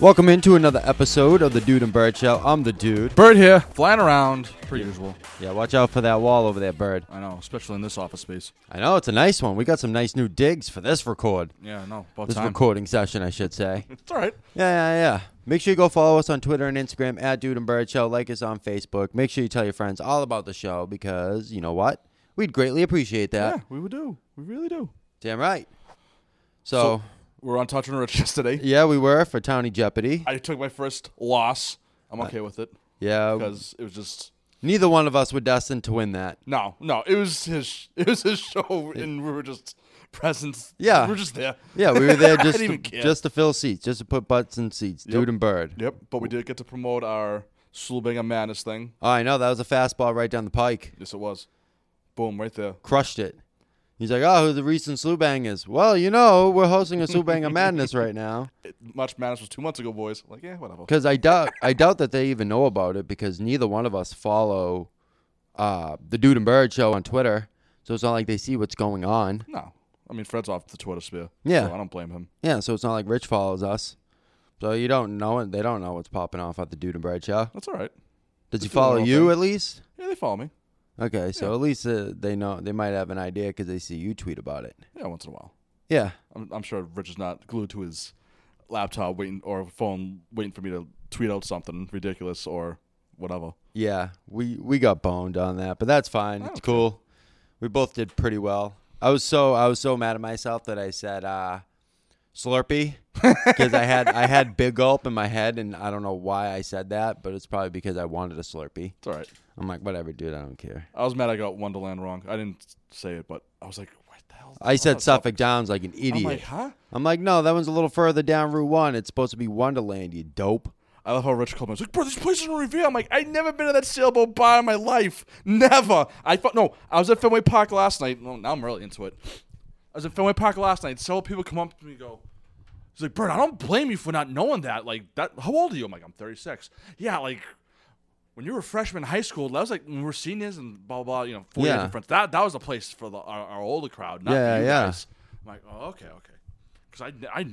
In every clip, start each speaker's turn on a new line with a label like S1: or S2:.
S1: Welcome into another episode of the Dude and Bird Show. I'm the dude.
S2: Bird here, flying around per usual.
S1: Yeah, watch out for that wall over there, Bird.
S2: I know, especially in this office space.
S1: I know it's a nice one. We got some nice new digs for this record,
S2: Yeah, I know. About
S1: this
S2: time.
S1: recording session, I should say.
S2: It's all right.
S1: Yeah, yeah, yeah. Make sure you go follow us on Twitter and Instagram at Dude and Bird Show. Like us on Facebook. Make sure you tell your friends all about the show because you know what? We'd greatly appreciate that.
S2: Yeah, we would do. We really do.
S1: Damn right.
S2: So,
S1: So,
S2: we were on Touch and Rich yesterday.
S1: yeah, we were for Towny Jeopardy.
S2: I took my first loss. I'm okay with it
S1: yeah,
S2: because it was just
S1: neither one of us were destined to win that.
S2: no, no. It was his. It was his show, and we were just presents.
S1: Yeah.
S2: we were just there.
S1: Yeah, we were there
S2: I
S1: just
S2: didn't
S1: to,
S2: even care.
S1: just to fill seats, just to put butts in seats, dude and bird.
S2: Yep, but we did get to promote our Slubingham Madness thing.
S1: Oh, I know that was a fastball right down the pike.
S2: Yes, it was. Boom, right there.
S1: Crushed it. He's like, "Oh, who the recent slew bang is?" Well, you know, we're hosting a slew bang of madness right now
S2: It, March Madness was two months ago, boys. Like, yeah, whatever.
S1: because I doubt I doubt that they even know about it because neither one of us follow uh, the Dude and Bird show on Twitter, so it's not like they see what's going on.
S2: No, I mean Fred's off the Twitter sphere.
S1: Yeah.
S2: so I don't blame him.
S1: Yeah, so it's not like Rich follows us, so you don't know it. They don't know what's popping off at the Dude and Bird show.
S2: That's all right.
S1: Does he
S2: Just doing our
S1: follow
S2: own
S1: you
S2: thing.
S1: at least?
S2: Yeah, they follow me.
S1: Okay, so at least uh, they know they might have an idea because they see you tweet about it.
S2: Yeah, once in a while.
S1: Yeah,
S2: I'm, I'm sure Rich is not glued to his laptop waiting or phone waiting for me to tweet out something ridiculous or whatever.
S1: yeah, we we got boned on that, but that's fine.
S2: Oh,
S1: It's cool. We both did pretty well. I was so I was so mad at myself that I said uh, Slurpee because I had I had Big Gulp in my head, and I don't know why I said that, but it's probably because I wanted a Slurpee.
S2: It's all right.
S1: I'm like, whatever, dude, I don't care.
S2: I was mad I got Wonderland wrong. I didn't say it, but I was like, what the hell?
S1: I said
S2: stuff.
S1: Suffolk Downs like an idiot.
S2: Oh, I'm like, huh?
S1: I'm like, no, that one's a little further down Route One. It's supposed to be Wonderland, you dope.
S2: I love how Rich called me. I was like, bro, this place is in Revere. I'm like, i never been to that sailboat bar in my life. Never. I thought, no, I was at Fenway Park last night. No, now I'm really into it. I was at Fenway Park last night. Several people come up to me and go, he's like, Bert, I don't blame you for not knowing that. Like, that. how old are you? I'm like, I'm 36. Yeah, like, when you were a freshman in high school, that was like when we were seniors and blah, blah, blah, you know, four
S1: Yeah.
S2: years difference. That, that was the place for the, our, our older crowd, not
S1: Yeah,
S2: you
S1: yeah.
S2: guys. I'm like, oh, okay, okay. Because I, I,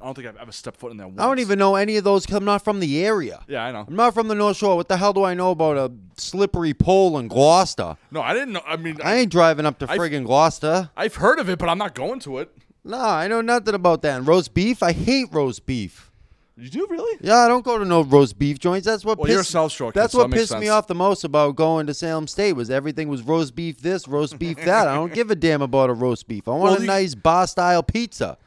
S2: I don't think I've ever stepped foot in there once.
S1: I don't even know any of those 'cause I'm not from the area.
S2: Yeah, I know.
S1: I'm not from the North Shore. What the hell do I know about a slippery pole in Gloucester?
S2: No, I didn't know. I mean,
S1: I
S2: I,
S1: ain't driving up to
S2: I-
S1: friggin' Gloucester.
S2: I've heard of it, but I'm not going to it.
S1: No, I know nothing about that. And roast beef, I hate roast beef.
S2: You do really?
S1: Yeah, I don't go to no roast beef joints. That's what
S2: Well,
S1: pissed,
S2: you're a South Shore kid,
S1: That's
S2: so
S1: what
S2: that makes
S1: pissed me
S2: sense.
S1: off the most about going to Salem State was everything was roast beef this, roast beef that. I don't give a damn about a roast beef. I want
S2: Well,
S1: a
S2: you-
S1: nice bar style pizza.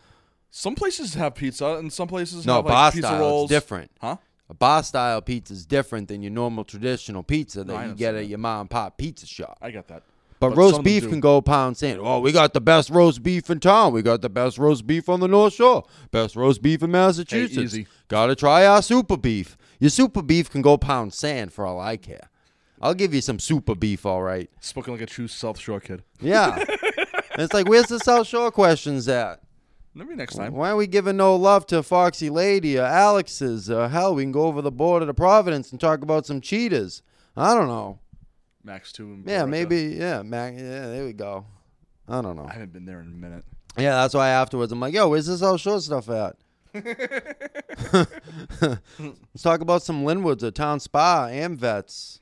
S2: Some places have pizza, and some places
S1: No,
S2: have like,
S1: bar
S2: pizza
S1: style
S2: rolls.
S1: is different.
S2: huh?
S1: A bar style pizza is different than your normal traditional pizza that
S2: I
S1: you get
S2: understand
S1: at your mom and pop pizza shop.
S2: I got that.
S1: But,
S2: some
S1: roast
S2: of them
S1: beef
S2: do.
S1: can go pound saying, "Oh, we got the best roast beef in town. We got the best roast beef on the North Shore. Best roast beef in Massachusetts.
S2: easy.
S1: Gotta try our super beef. Your super beef can go pound sand for all I care. I'll give you some super beef, all right.
S2: Spoken like a true South Shore kid.
S1: Yeah. it's like, where's the South Shore questions at?
S2: Maybe next time.
S1: Why are we giving no love to Foxy Lady or Alex's? Or hell, we can go over the border to Providence and talk about some cheetahs. I don't know.
S2: Max two. and
S1: Yeah,
S2: Beretta.
S1: maybe. Yeah, Mac. Yeah, there we go. I don't know.
S2: I haven't been there in a minute.
S1: Yeah, that's why afterwards I'm like, yo, where's this all short stuff at? Let's talk about some Linwoods, a town spa, and vets.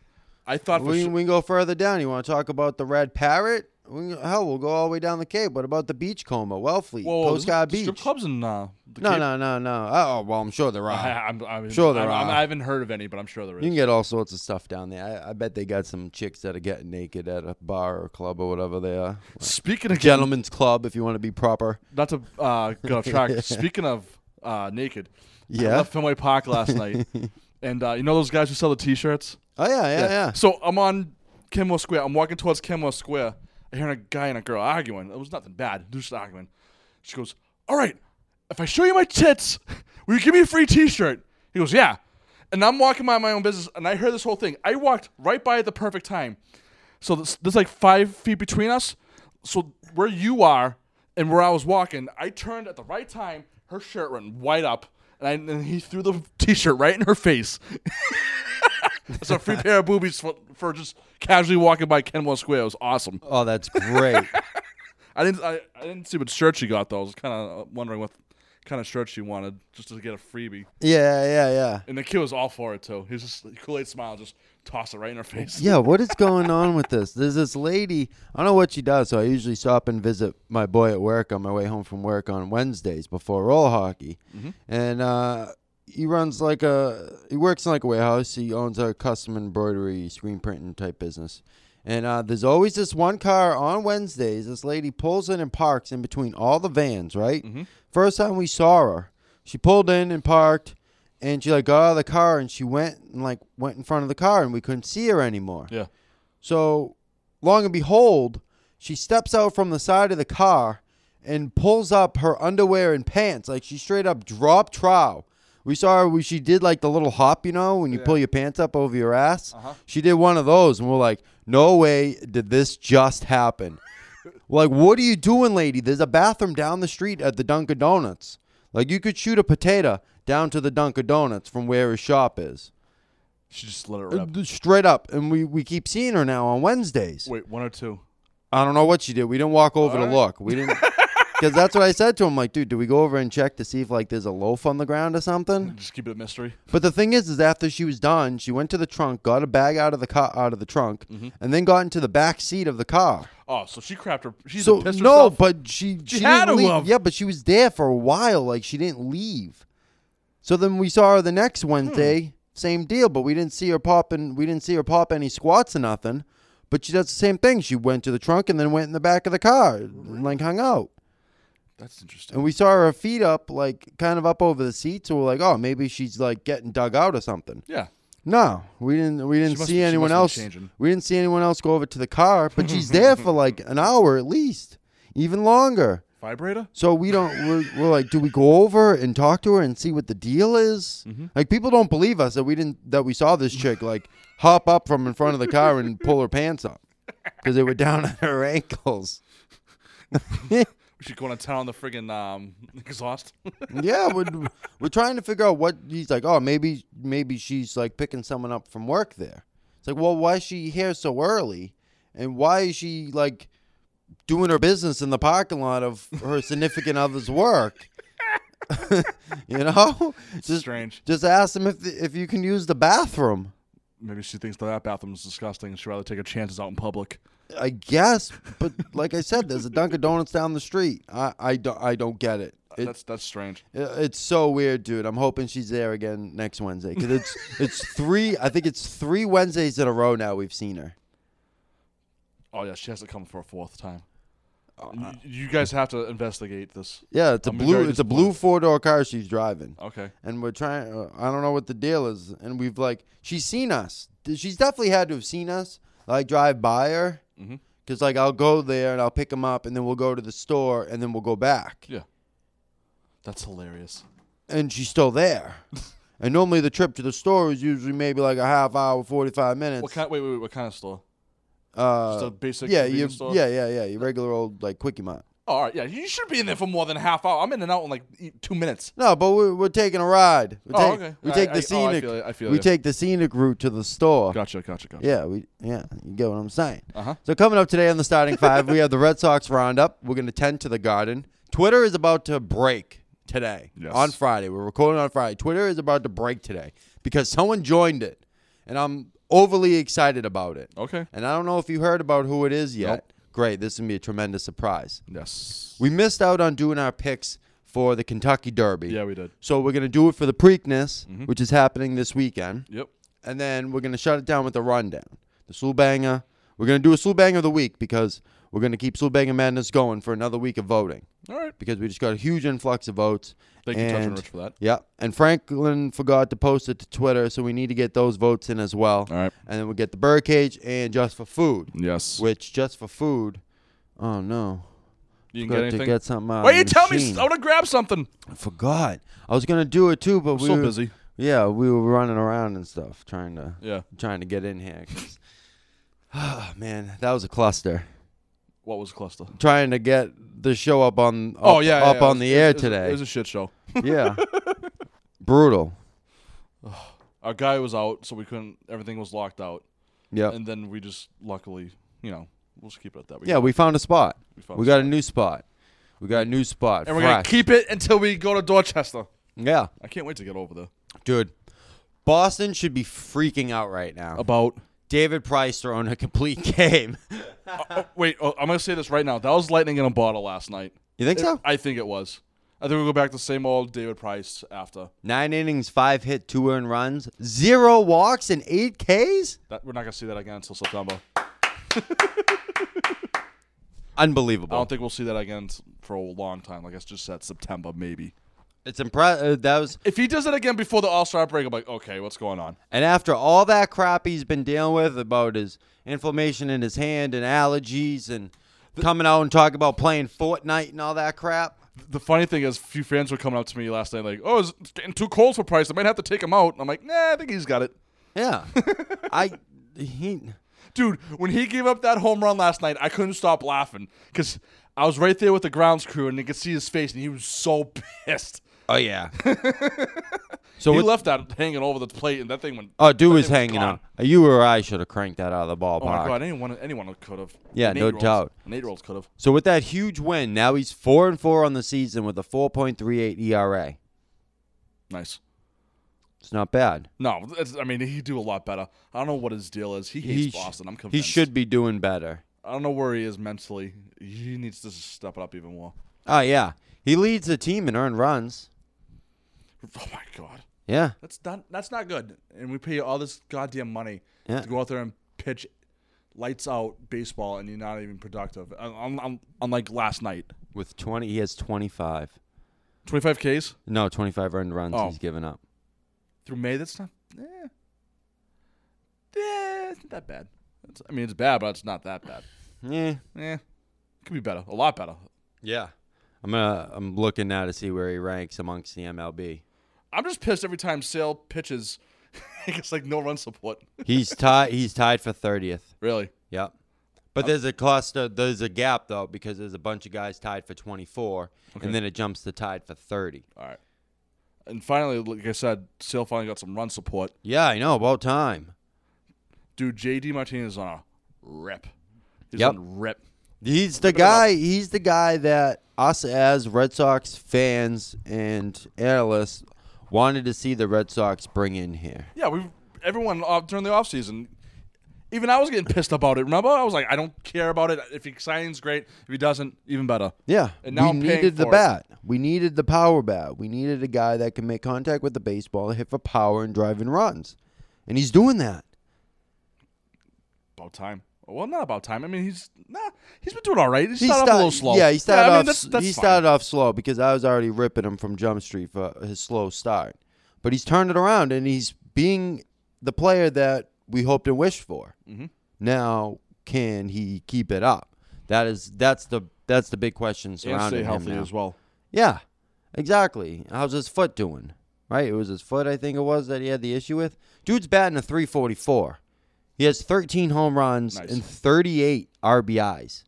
S2: I thought for
S1: We,
S2: sure.
S1: we can go further down. You want to talk about the Red Parrot? We, can- hell, we'll go all the way down the Cape. What about the Beachcomber, Wellfleet,
S2: Whoa, whoa, there's
S1: Postcard
S2: strip
S1: Beach?
S2: clubs in uh, the
S1: No,
S2: Cape.
S1: no, no, no. Oh, well, I'm sure there
S2: I,
S1: are.
S2: I'm, I'm,
S1: Sure there
S2: I'm, I'm,
S1: are.
S2: I haven't heard of any, but I'm sure there is.
S1: You can get all sorts of stuff down there. I, I bet they got some chicks that are getting naked at a bar or club or whatever they are.
S2: Speaking of getting
S1: Gentlemen's club, if you want to be proper.
S2: not to uh, get off track. Speaking of uh, naked,
S1: Yeah.
S2: I left Fenway Park last night, and uh, you know those guys who sell the T-shirts.
S1: Oh, yeah, yeah, yeah.
S2: So I'm on Kenmore Square. I'm walking towards Kenmore Square. I hear a guy and a girl arguing. It was nothing bad. They're just arguing. She goes, "All right, if I show you my tits, will you give me a free T-shirt?" He goes, "Yeah." And I'm walking by my own business, and I heard this whole thing. I walked right by at the perfect time. So this, there's like five feet between us. So where you are and where I was walking, I turned at the right time. Her shirt went wide up, and, I, and he threw the T-shirt right in her face. It's a free pair of boobies for, for just casually walking by Kenmore Square. It was awesome.
S1: Oh, that's great.
S2: I didn't I, I didn't see what shirt she got though. I was kind of wondering what kind of shirt she wanted just to get a freebie.
S1: Yeah, yeah, yeah.
S2: And the kid was all for it too. He was just Kool Aid smile, just toss it right in her face.
S1: Yeah, what is going on with this? There's this lady. I don't know what she does. So I usually stop and visit my boy at work on my way home from work on Wednesdays before roll hockey, and uh, he runs like a he works in like a warehouse. He owns a custom embroidery, screen printing type business. And uh, there's always this one car on Wednesdays. This lady pulls in and parks in between all the vans. Right, first time we saw her, she pulled in and parked, and she like got out of the car and she went and like went in front of the car, and we couldn't see her anymore.
S2: Yeah.
S1: So, long and behold, she steps out from the side of the car and pulls up her underwear and pants. Like she straight up dropped trow. We saw her, we, she did like the little hop, you know, when you pull your pants up over your ass. She did one of those, and we're like, no way did this just happen. like, what are you doing, lady? There's a bathroom down the street at the Dunkin' Donuts. Like, you could shoot a potato down to the Dunkin' Donuts from where his shop is. Uh,
S2: She just let it rip.
S1: Straight up. And we, we keep seeing her now on Wednesdays.
S2: Wait, one or two.
S1: I don't know what she did. We didn't walk over to
S2: Alright.
S1: look. We didn't because that's what I said to him. Like, dude, do we go over and check to see if like there's a loaf on the ground or something?
S2: Just keep it a mystery.
S1: But the thing is, is after she was done, she went to the trunk, got a bag out of the car, out of the trunk, and then got into the back seat of the car.
S2: Oh, so she crapped her. She's
S1: so
S2: a pissed
S1: no,
S2: herself.
S1: but she she,
S2: had
S1: didn't
S2: to
S1: leave.
S2: have.
S1: Yeah, but she was there for a while. Like she didn't leave. So then we saw her the next Wednesday.
S2: Hmm.
S1: Same deal, but we didn't see her pop and we didn't see her pop any squats or nothing. But she does the same thing. She went to the trunk and then went in the back of the car and like hung out.
S2: that's interesting.
S1: And we saw her feet up, like kind of up over the seat. So we're like, oh, maybe she's like getting dug out or something.
S2: Yeah.
S1: No, we didn't. We didn't
S2: must-
S1: see
S2: she
S1: anyone
S2: must
S1: else.
S2: be changing.
S1: We didn't see anyone else go over to the car. But she's there for like an hour at least, even longer.
S2: Vibrator.
S1: So we don't. We're, we're like, do we go over and talk to her and see what the deal is? Like people don't believe us that we didn't that we saw this chick like hop up from in front of the car and pull her pants up because they were down at her ankles.
S2: She's going to town on the friggin' um, exhaust.
S1: yeah, we're, we're trying to figure out what he's like. Oh, maybe maybe she's like picking someone up from work there. It's like, well, why is she here so early, and why is she like doing her business in the parking lot of her significant other's work? you know, just
S2: Strange.
S1: just ask them if if you can use the bathroom.
S2: Maybe she thinks that bathroom is disgusting and she'd rather take her chances out in public.
S1: I guess, but like I said, there's a Dunkin' Donuts down the street. I I don't I don't get it. It-
S2: that's that's strange.
S1: Uh, It's so weird, dude. I'm hoping she's there again next Wednesday because it's it's three. I think it's three Wednesdays in a row now we've seen her.
S2: Oh yeah, she has to come for a fourth time.
S1: Oh,
S2: Y- you, guys have to investigate this.
S1: Yeah, it's a
S2: I'm
S1: blue.
S2: very
S1: It's a blue
S2: disappointed.
S1: four door car she's driving,
S2: Okay.
S1: and we're trying. Uh, I don't know what the deal is, and we've like she's seen us. D- She's definitely had to have seen us. Like drive by her,
S2: Mhm.
S1: because like I'll go there and I'll pick them up, and then we'll go to the store, and then we'll go back.
S2: Yeah. That's hilarious.
S1: and she's still there. and normally the trip to the store is usually maybe like a half hour, forty five minutes.
S2: What kind? Wait, wait, wait. What kind of store?
S1: Uh,
S2: Just a basic
S1: yeah, your,
S2: convenience store?
S1: yeah, yeah, yeah. Your regular old like quickie mart.
S2: Oh, all right. Yeah, you should be in there for more than a half hour. I'm in and out in like e- two minutes.
S1: No, but we're, we're taking a ride. We
S2: Oh,
S1: take,
S2: okay.
S1: We
S2: I-
S1: take
S2: I- oh,
S1: the
S2: I
S1: scenic.
S2: feel you, I feel
S1: we
S2: you.
S1: take the scenic route to the store.
S2: Gotcha. Gotcha. Gotcha.
S1: Yeah, we yeah, you get what I'm saying.
S2: Uh-huh.
S1: So coming up today on the starting five, we have the Red Sox roundup. We're going to tend to the Garden. Twitter is about to break today
S2: Yes.
S1: on Friday. We're recording on Friday. Twitter is about to break today because someone joined it, and I'm overly excited about it.
S2: Okay.
S1: And I don't know if you heard about who it is yet. Great, this is gonna be a tremendous surprise.
S2: Yes.
S1: We missed out on doing our picks for the Kentucky Derby.
S2: yeah, we did.
S1: So we're gonna do it for the Preakness,
S2: Mm-hmm.
S1: which is happening this weekend
S2: Yep.
S1: and then we're gonna shut it down with a rundown. The Slool Banger. We're gonna do a Slool Banger of the week because we're gonna keep Slool Banger Madness going for another week of voting
S2: All right.
S1: because we just got a huge influx of votes.
S2: Thank you, Touch and Rich, for that.
S1: Yeah, and Franklin forgot to post it to Twitter, so we need to get those votes in as well.
S2: All right.
S1: And then we'll get the birdcage and just for food,
S2: Yes.
S1: which just for food. Oh no!
S2: you can
S1: Got
S2: get
S1: to
S2: anything.
S1: get something out.
S2: Why
S1: of
S2: you
S1: the
S2: tell me?
S1: machine.
S2: I want to grab something.
S1: I forgot. I was gonna do it too, but we
S2: so
S1: were,
S2: busy.
S1: Yeah, we were running around and stuff, trying to
S2: Yeah.
S1: trying to get in here. 'cause- Ah, man, that was a cluster.
S2: What was cluster?
S1: Trying to get the show up on up,
S2: oh yeah.
S1: up
S2: yeah, it
S1: on
S2: was-
S1: the
S2: it was-
S1: air
S2: it was a-
S1: today.
S2: It was a shit show.
S1: yeah, brutal.
S2: Our guy was out, so we couldn't. Everything was locked out,
S1: Yeah,
S2: and then we just luckily, you know, we'll just keep it at that. We
S1: yeah. We found a spot.
S2: we, found
S1: We got a new spot. We got a new spot.
S2: and we're gonna
S1: fresh.
S2: keep it until we go to Dorchester.
S1: yeah,
S2: I can't wait to get over there.
S1: dude. Boston should be freaking out right now.
S2: About
S1: David Price throwing a complete game.
S2: oh, wait, oh, I'm gonna say this right now. That was lightning in a bottle last night.
S1: You think so?
S2: I think it was. I think we'll go back to the same old David Price after.
S1: Nine innings, five hit, two earned runs, zero walks, and eight Ks.
S2: That we're not gonna see that again until September. I
S1: Unbelievable.
S2: don't think we'll see that again s- for a long time. Like I just said, September maybe.
S1: It's impressive. that was,
S2: If he does it again before the All Star break, I'm like, okay, what's going on?
S1: and after all that crap he's been dealing with about his inflammation in his hand and allergies and coming out and talking about playing Fortnite and all that crap.
S2: The funny thing is, a few fans were coming up to me last night like, oh, it's it's getting too cold for Price. I might have to take him out. And I'm like, nah, I think he's got it.
S1: Yeah, I he
S2: Dude, when he gave up that home run last night, I couldn't stop laughing because I was right there with the grounds crew and you could see his face and he was so pissed.
S1: oh yeah. so
S2: he
S1: what,
S2: left that hanging over the plate and that thing went.
S1: oh, dude
S2: that
S1: was
S2: thing
S1: hanging
S2: gone.
S1: on. You or I should have cranked that out of the ballpark.
S2: Oh my god! Anyone, anyone could have.
S1: Yeah, no doubt.
S2: Nate rolls could have.
S1: So with that huge win, now he's four and four on the season with a 4.38 ERA.
S2: Nice.
S1: E It's not bad.
S2: No, it's, I mean he'd do a lot better. I don't know what his deal is. He hates
S1: He sh-
S2: Boston. I'm convinced.
S1: He should be doing better.
S2: I don't know where he is mentally. He needs to step it up even more.
S1: Oh yeah, he leads the team in earned runs.
S2: Oh my god,
S1: Yeah,
S2: that's not that's not good. And we pay you all this goddamn money
S1: Yeah.
S2: to go out there and pitch lights out baseball, and you're not even productive. Un- un- un- Unlike last night,
S1: with 20, he has 25.
S2: 25 Ks
S1: No, 25 earned runs
S2: Oh.
S1: he's given up.
S2: through May. That's not. Eh. Eh, it's not that bad. It's, I mean, it's bad, but it's not that bad.
S1: Yeah,
S2: Yeah, could be better. A lot better.
S1: yeah. I'm gonna. I'm looking now to see where he ranks amongst the MLB.
S2: I'm just pissed every time Sale pitches. it's like no run support.
S1: He's tied. He's tied for 30th.
S2: Really?
S1: Yep.
S2: Oh.
S1: But there's a cluster. There's a gap though because there's a bunch of guys tied for 24,
S2: Okay.
S1: and then it jumps to tied for 30.
S2: All right. And finally, like I said, Sale finally got some run support.
S1: Yeah, I know. About time.
S2: Dude, JD Martinez is on a rip. He's
S1: Yep.
S2: on rip.
S1: He's the
S2: it up.
S1: guy. He's the guy that us as Red Sox fans and analysts wanted to see the Red Sox bring in here.
S2: Yeah, we everyone off, during the offseason. Even I was getting pissed about it. Remember, I was like, I don't care about it. If he signs, great. If he doesn't, even better.
S1: Yeah,
S2: And now
S1: we
S2: I'm paying
S1: needed the
S2: for it.
S1: bat. We needed the power bat. We needed a guy that can make contact with the baseball, hit for power, and drive in runs. And he's doing that.
S2: About time. Well, not about time. I mean, he's nah. He's been doing all right. He
S1: He
S2: started off a
S1: sta-
S2: little slow.
S1: Yeah, he started
S2: I mean,
S1: off.
S2: that's- that's
S1: he
S2: fine.
S1: started off slow because I was already ripping him from Jump Street for his slow start, but he's turned it around and he's being the player that we hoped and wished for.
S2: Mm-hmm.
S1: Now, can he keep it up? That is that's the that's the big question
S2: and
S1: surrounding
S2: stay healthy
S1: him now.
S2: as well.
S1: Yeah, exactly. How's his foot doing? Right, it was his foot. I think it was that he had the issue with. Dude's batting a 344. He has 13 home runs
S2: Nice.
S1: and 38 RBIs.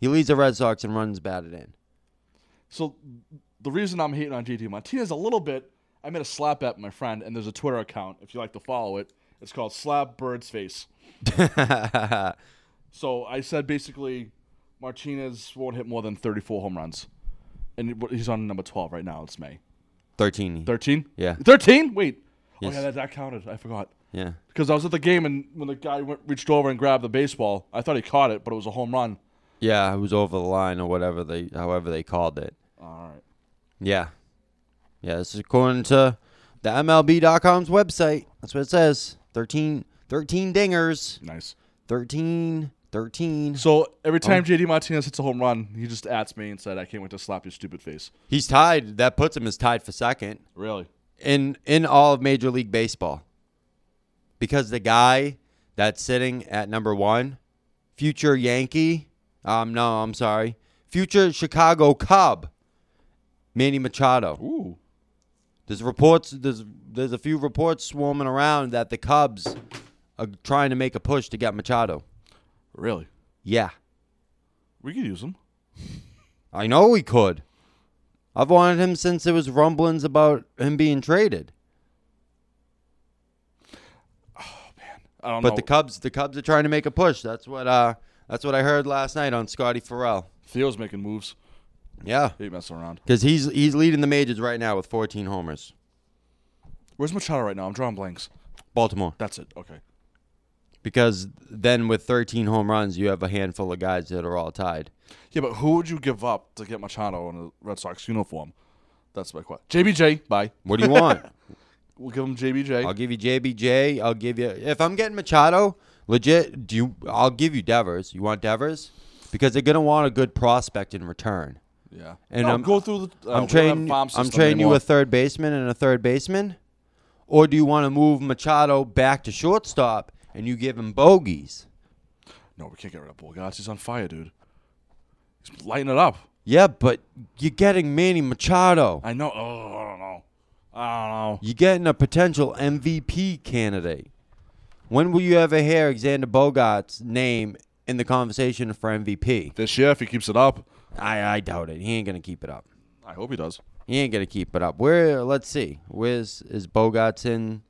S1: He leads the Red Sox in runs batted in.
S2: So the reason I'm hating on JT Martinez a little bit, I made a slap at my friend, and there's a Twitter account if you like to follow it. It's called Slap Bird's Face. So I said basically, Martinez won't hit more than 34 home runs, and he- he's on number 12 right now. It's May
S1: 13.
S2: 13.
S1: Yeah.
S2: 13. Wait.
S1: Yes.
S2: Oh yeah, that, that counted. I forgot.
S1: yeah.
S2: Because I was at the game, and when the guy went, reached over and grabbed the baseball, I thought he caught it, but it was a home run.
S1: Yeah, it was over the line or whatever they however they called it.
S2: All right.
S1: Yeah. Yeah, this is according to the MLB.com's website. That's what it says. 13 13 dingers.
S2: Nice.
S1: 13 13.
S2: So every time JD Martinez hits a home run, he just ats me and said, "I can't wait to slap your stupid face."
S1: He's tied. That puts him as tied for second
S2: Really?
S1: in in all of Major League Baseball. Because the guy that's sitting at number one, future Yankee, um, no, I'm sorry, future Chicago Cub, Manny Machado.
S2: Ooh.
S1: There's reports. There's there's a few reports swarming around that the Cubs are trying to make a push to get Machado.
S2: Really?
S1: Yeah,
S2: We could use him.
S1: I know we could. I've wanted him since there was rumblings about him being traded.
S2: I don't
S1: But
S2: know.
S1: the Cubs, the Cubs are trying to make a push. That's what uh, that's what I heard last night on Scotty Farrell.
S2: Theo's making moves.
S1: Yeah,
S2: He ain't messing around.
S1: because he's he's leading the majors right now with 14 homers.
S2: Where's Machado right now? I'm drawing blanks.
S1: Baltimore.
S2: That's it. Okay.
S1: Because then with 13 home runs, you have a handful of guys that are all tied.
S2: Yeah, but who would you give up to get Machado in a Red Sox uniform? That's my question. JBJ, bye.
S1: What do you want?
S2: We'll give him JBJ.
S1: I'll give you JBJ. I'll give you if I'm getting Machado, legit. Do you? I'll give you Devers. You want Devers because they're gonna want a good prospect in return.
S2: yeah.
S1: and
S2: No,
S1: I'm-
S2: go through the. uh,
S1: I'm trading. I'm trading you a third baseman and a third baseman, or do you want to move Machado back to shortstop and you give him bogeys?
S2: no, we can't get rid of Bogarts. He's on fire, dude. He's lighting it up.
S1: Yeah, but you're getting Manny Machado.
S2: I know. Oh, I don't know. I don't know.
S1: You're getting a potential MVP candidate. When will you ever hear Xander Bogart's name in the conversation for MVP?
S2: This year, if he keeps it up,
S1: I, I doubt it. He ain't gonna keep it up.
S2: I hope he does.
S1: He ain't gonna keep it up. Where? Let's see. Where's is Bogarts in?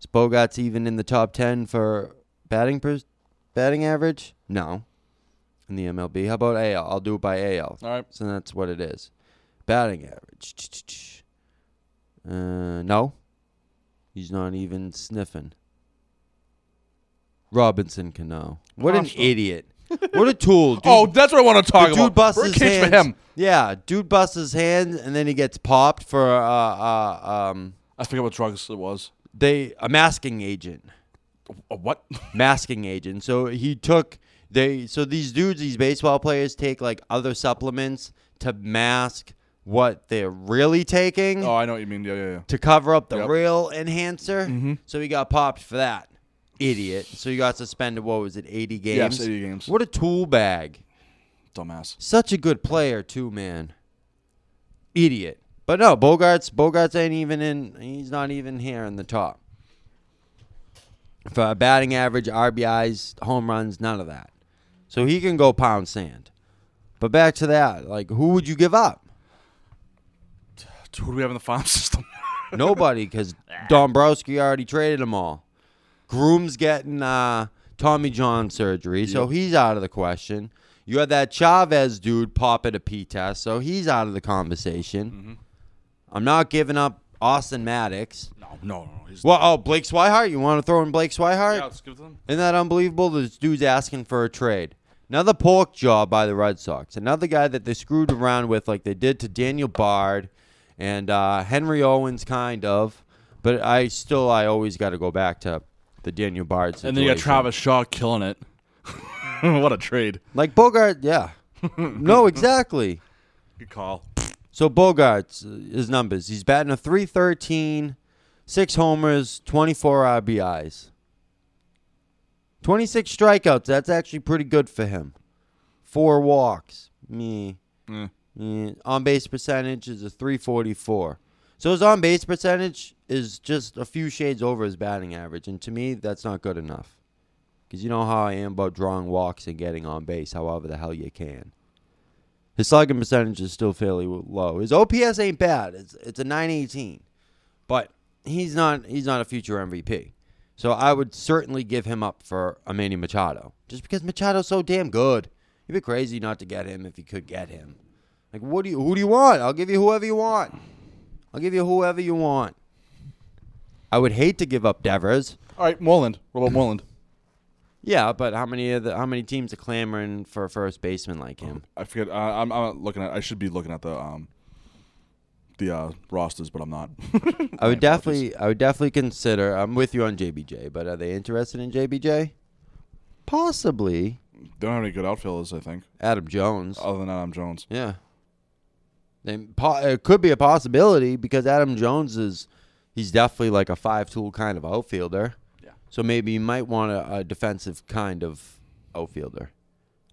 S1: Is Bogarts even in the top ten for batting per, batting average? No. In the MLB, how about AL? I'll do it by AL.
S2: All right.
S1: So that's what it is. Batting average. Uh, no. He's not even sniffing. Robinson Cano. What an
S2: Awesome.
S1: idiot. What a tool. Dude,
S2: oh, that's what I want to talk
S1: the
S2: about.
S1: dude busts
S2: We're a
S1: his
S2: case
S1: hands.
S2: for him.
S1: Yeah, dude busts his hands, and then he gets popped for uh, uh um
S2: I forget what drugs it was.
S1: they a masking agent,
S2: A what?
S1: masking agent. So he took they so these dudes, these baseball players take like other supplements to mask what they're really taking
S2: oh, I know what you mean. Yeah, yeah, yeah.
S1: to cover up the
S2: Yep. Mm-hmm.
S1: real enhancer. So he got popped for that. Idiot. So he got suspended. What was it? Eighty games.
S2: Yes, 80 games.
S1: What a tool bag.
S2: Dumbass.
S1: Such a good player too, man. Idiot. But no, Bogarts Bogarts ain't even in he's not even here in the top. For batting average, RBIs, home runs, none of that. So he can go pound sand. But back to that, like who would you give up?
S2: Dude, who do we have in the farm system?
S1: Nobody cuz Dombrowski already traded them all. Groom's getting uh, Tommy John surgery, so he's out of the question. You had that Chavez dude pop at a P test, so he's out of the conversation. I'm not giving up Austin Maddox.
S2: no, no, no. He's
S1: Well, oh, Blake Swihart. You want to throw in Blake Swihart?
S2: Yeah, let's give it to them.
S1: Isn't that unbelievable? This dude's asking for a trade. Another pork job by the Red Sox. Another guy that they screwed around with, like they did to Daniel Bard and uh, Henry Owens, kind of. But I still, I always got to go back to the Daniel Bard situation.
S2: And then you got Travis Shaw killing it. what a trade.
S1: like Bogart. Yeah, no, exactly.
S2: Good call.
S1: So Bogart's uh, his numbers. He's batting a 313, six homers, 24 RBIs. 26 strikeouts. That's actually pretty good for him. Four walks. Me.
S2: Mm.
S1: On base percentage is a 344. So his on base percentage is just a few shades over his batting average. And to me, that's not good enough. Because you know how I am about drawing walks and getting on base, however the hell you can. His slugging percentage is still fairly low. His OPS ain't bad. It's it's a 918, but he's not he's not a future MVP. So I would certainly give him up for a Manny Machado, just because Machado's so damn good. You'd be crazy not to get him if you could get him. Like, what do you who do you want? I'll give you whoever you want. I'll give you whoever you want. I would hate to give up Devers.
S2: All right, Moreland. What about Moreland?
S1: Yeah, but how many of the how many teams are clamoring for a first baseman like him?
S2: I forget. Uh, I'm, I'm not looking at. I should be looking at the um, the uh, rosters, but I'm not.
S1: I would definitely, I would definitely consider. I'm with you on JBJ, but are they interested in JBJ? Possibly.
S2: They don't have any good outfielders, I think,
S1: Adam Jones.
S2: other than Adam Jones.
S1: Yeah. They, po- it could be a possibility because Adam Jones is, he's definitely like a five-tool kind of outfielder.
S2: Yeah.
S1: So maybe you might want a, a defensive kind of outfielder.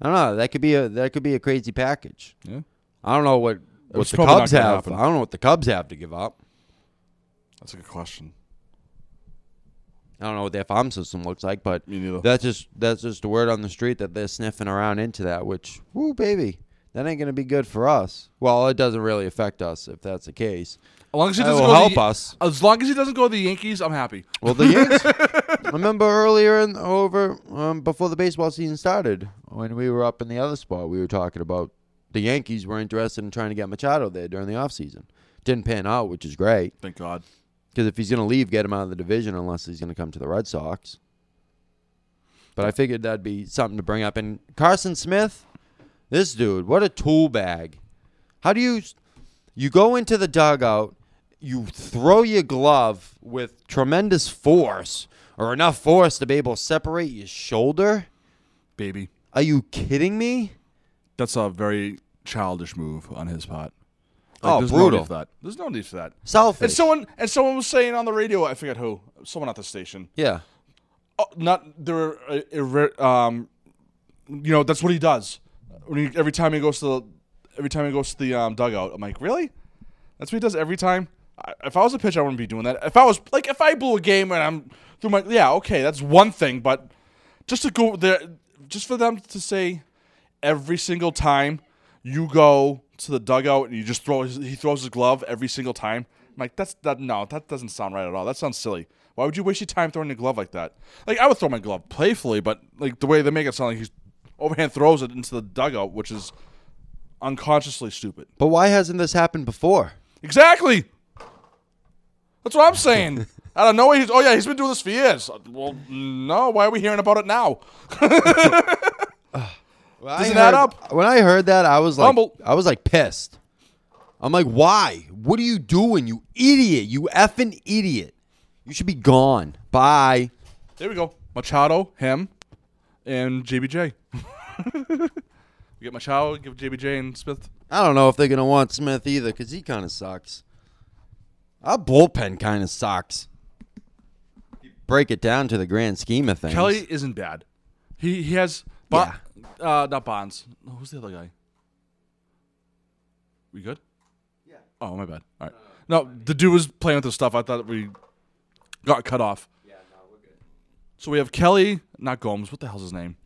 S1: I don't know. That could be a that could be a crazy package.
S2: Yeah.
S1: I don't know what what
S2: It's
S1: the
S2: probably not
S1: Cubs
S2: gonna
S1: have.
S2: happen.
S1: I don't know what the Cubs have to give up.
S2: That's a good question.
S1: I don't know what their farm system looks like, but
S2: Me neither.
S1: that's just that's just a word on the street that they're sniffing around into that. Which, woo, baby, that ain't gonna be good for us. Well, it doesn't really affect us if that's the case.
S2: As long as he
S1: That
S2: doesn't
S1: will
S2: go to
S1: help
S2: the,
S1: us.
S2: As long as he doesn't go to the Yankees, I'm happy.
S1: Well, the Yanks. remember earlier in over um, before the baseball season started, when we were up in the other spot, we were talking about the Yankees were interested in trying to get Machado there during the offseason. Didn't pan out, which is great.
S2: Thank God.
S1: Because if he's going to leave, get him out of the division unless he's going to come to the Red Sox. But I figured that'd be something to bring up. And Carson Smith, this dude, what a tool bag. How do you you go into the dugout, you throw your glove with tremendous force or enough force to be able to separate your shoulder?
S2: Baby.
S1: Are you kidding me?
S2: That's a very childish move on his part.
S1: Oh,
S2: there's No
S1: brutal.
S2: need for that. There's no need for that.
S1: Selfish.
S2: And someone and someone was saying on the radio, I forget who, someone at the station.
S1: yeah.
S2: Oh, not there. Were, uh, irre- um, you know that's what he does. When he, every time he goes to the, every time he goes to the um, dugout, I'm like, really? That's what he does every time. I, if I was a pitcher, I wouldn't be doing that. If I was like, if I blew a game and I'm through my, yeah, okay, that's one thing. But just to go there, just for them to say every single time you go to the dugout and you just throw his, he throws his glove every single time. I'm like that's that no, that doesn't sound right at all. That sounds silly. Why would you waste your time throwing your glove like that? Like I would throw my glove playfully, but like the way they make it sound like he's overhand throws it into the dugout, which is unconsciously stupid.
S1: But why hasn't this happened before?
S2: Exactly. That's what I'm saying. I don't know. He's, oh yeah, he's been doing this for years. Well, no. Why are we hearing about it now?
S1: I
S2: Doesn't add
S1: heard-
S2: up.
S1: When I heard that, I was like,
S2: Humble.
S1: I was like pissed. I'm like, why? What are you doing, you idiot? You effing idiot! You should be gone. Bye.
S2: There we go. Machado, him, and JBJ. we get Machado, give JBJ and Smith.
S1: I don't know if they're gonna want Smith either, because he kind of sucks. Our bullpen kind of sucks. Break it down to the grand scheme of things.
S2: Kelly isn't bad. He he has Bo- uh not Bonds. No, Who's the other guy? We good? Yeah. Oh my bad. All right. No, the dude was playing with the stuff. I thought we got cut off. Yeah, no, we're good. So we have Kelly, not Gomes. What the hell's his name?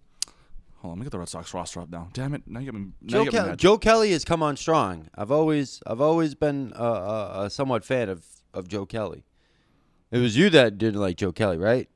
S2: Hold on, let me get the Red Sox roster up now. Damn it! Now you get me. Now
S1: Joe,
S2: you get me
S1: Kelly
S2: mad.
S1: Joe Kelly has come on strong. I've always I've always been a, a, a somewhat fan of, of Joe Kelly. It was you that didn't like Joe Kelly, right?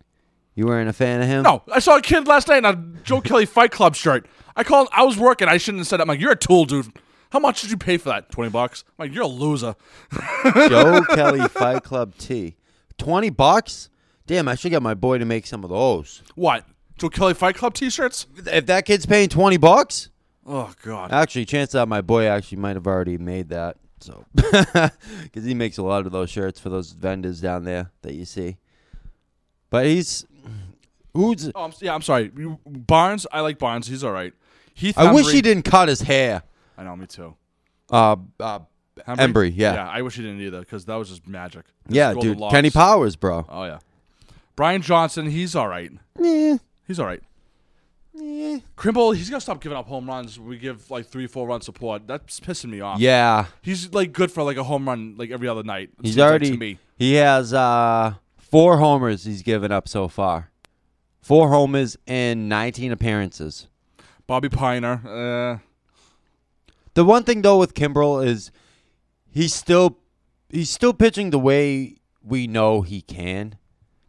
S1: You weren't a fan of him.
S2: No, I saw a kid last night in a Joe Kelly Fight Club shirt. I called. I was working. I shouldn't have said. It. I'm like, you're a tool, dude. How much did you pay for that? Twenty bucks. I'm like, you're a loser.
S1: Joe Kelly Fight Club tea, twenty bucks. Damn, I should get my boy to make some of those.
S2: What? Joe Kelly Fight Club T-shirts?
S1: If that kid's paying twenty bucks,
S2: Oh God.
S1: actually, chances are my boy actually might have already made that. So, because he makes a lot of those shirts for those vendors down there that you see. But he's who's.
S2: Oh, I'm, yeah. I'm sorry. You- Barnes. I like Barnes. He's all right. Heath.
S1: I wish
S2: Embry-
S1: he didn't cut his hair.
S2: I know. Me too.
S1: Uh, uh Embry, yeah.
S2: Yeah. I wish he didn't either because that was just magic. Those
S1: yeah,
S2: golden
S1: dude,
S2: locks.
S1: Kenny Powers, bro.
S2: Oh yeah. Brian Johnson. He's all right.
S1: Yeah,
S2: He's all right.
S1: yeah.
S2: Crimble. He's gonna stop giving up home runs. We give like three, four run support. That's pissing me off.
S1: yeah.
S2: He's like good for like a home run like every other night. it
S1: He's
S2: seems like,
S1: already
S2: to me.
S1: he has uh four homers he's given up so far. Four homers in 19 appearances.
S2: Bobby Piner. eh,
S1: The one thing though with Kimbrel is he's still he's still pitching the way we know he can.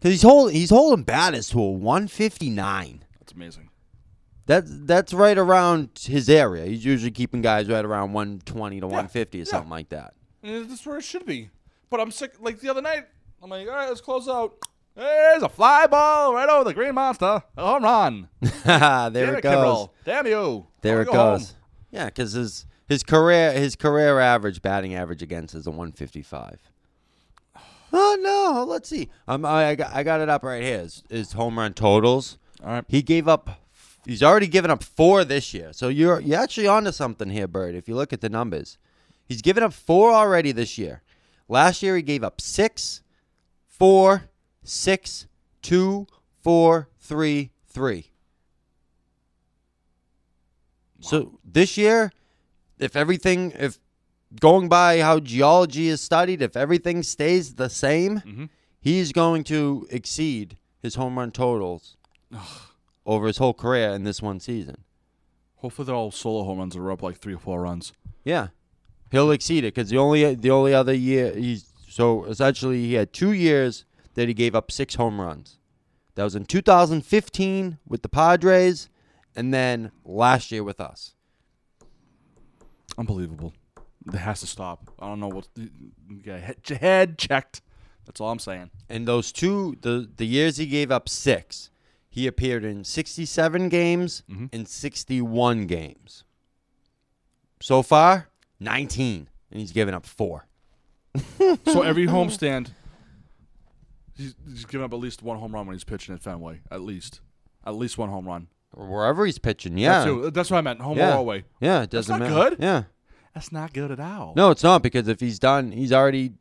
S1: Cuz he's holding he's holding batters to a 159.
S2: That's amazing.
S1: That's that's right around his area. He's usually keeping guys right around 120 to 150 or
S2: yeah.
S1: something like that.
S2: And Eh, that's where it should be. But I'm sick. Like the other night, I'm like, all right, let's close out. There's a fly ball right over the green monster. A home run.
S1: there
S2: Damn
S1: it goes.
S2: Kimbrel. Damn you.
S1: There
S2: I'll
S1: it
S2: go home.
S1: goes. Yeah, 'cause his his career his career average batting average against is a 155. Oh no, let's see. Um, I I got, I got it up right here. His, his home run totals.
S2: All right.
S1: He gave up. He's already given up four this year. So you're you're actually onto something here, Bird. If you look at the numbers, he's given up four already this year. Last year he gave up six, four, six, two, four, three, three. So this year, if everything, if going by how geology is studied, if everything stays the same, he's going to exceed his home run totals over his whole career in this one season.
S2: Hopefully, they're all solo home runs are up like three or four runs.
S1: Yeah, he'll exceed it because the only the only other year he's so essentially he had two years that he gave up six home runs. That was in 2015 with the Padres, and then last year with us.
S2: Unbelievable. It has to stop. I don't know what. Get your head checked. That's all I'm saying.
S1: And those two, the the years he gave up six, he appeared in 67 games and 61 games. So far, 19, and he's given up four.
S2: So every homestand, he's, he's giving up at least one home run when he's pitching at Fenway. At least, at least one home run.
S1: Wherever he's pitching, yeah,
S2: That's, it. That's what I meant. Home
S1: yeah,
S2: or away.
S1: yeah, it doesn't
S2: not
S1: matter.
S2: good.
S1: Yeah,
S2: That's not good at all.
S1: no, it's not because if he's done, he's already,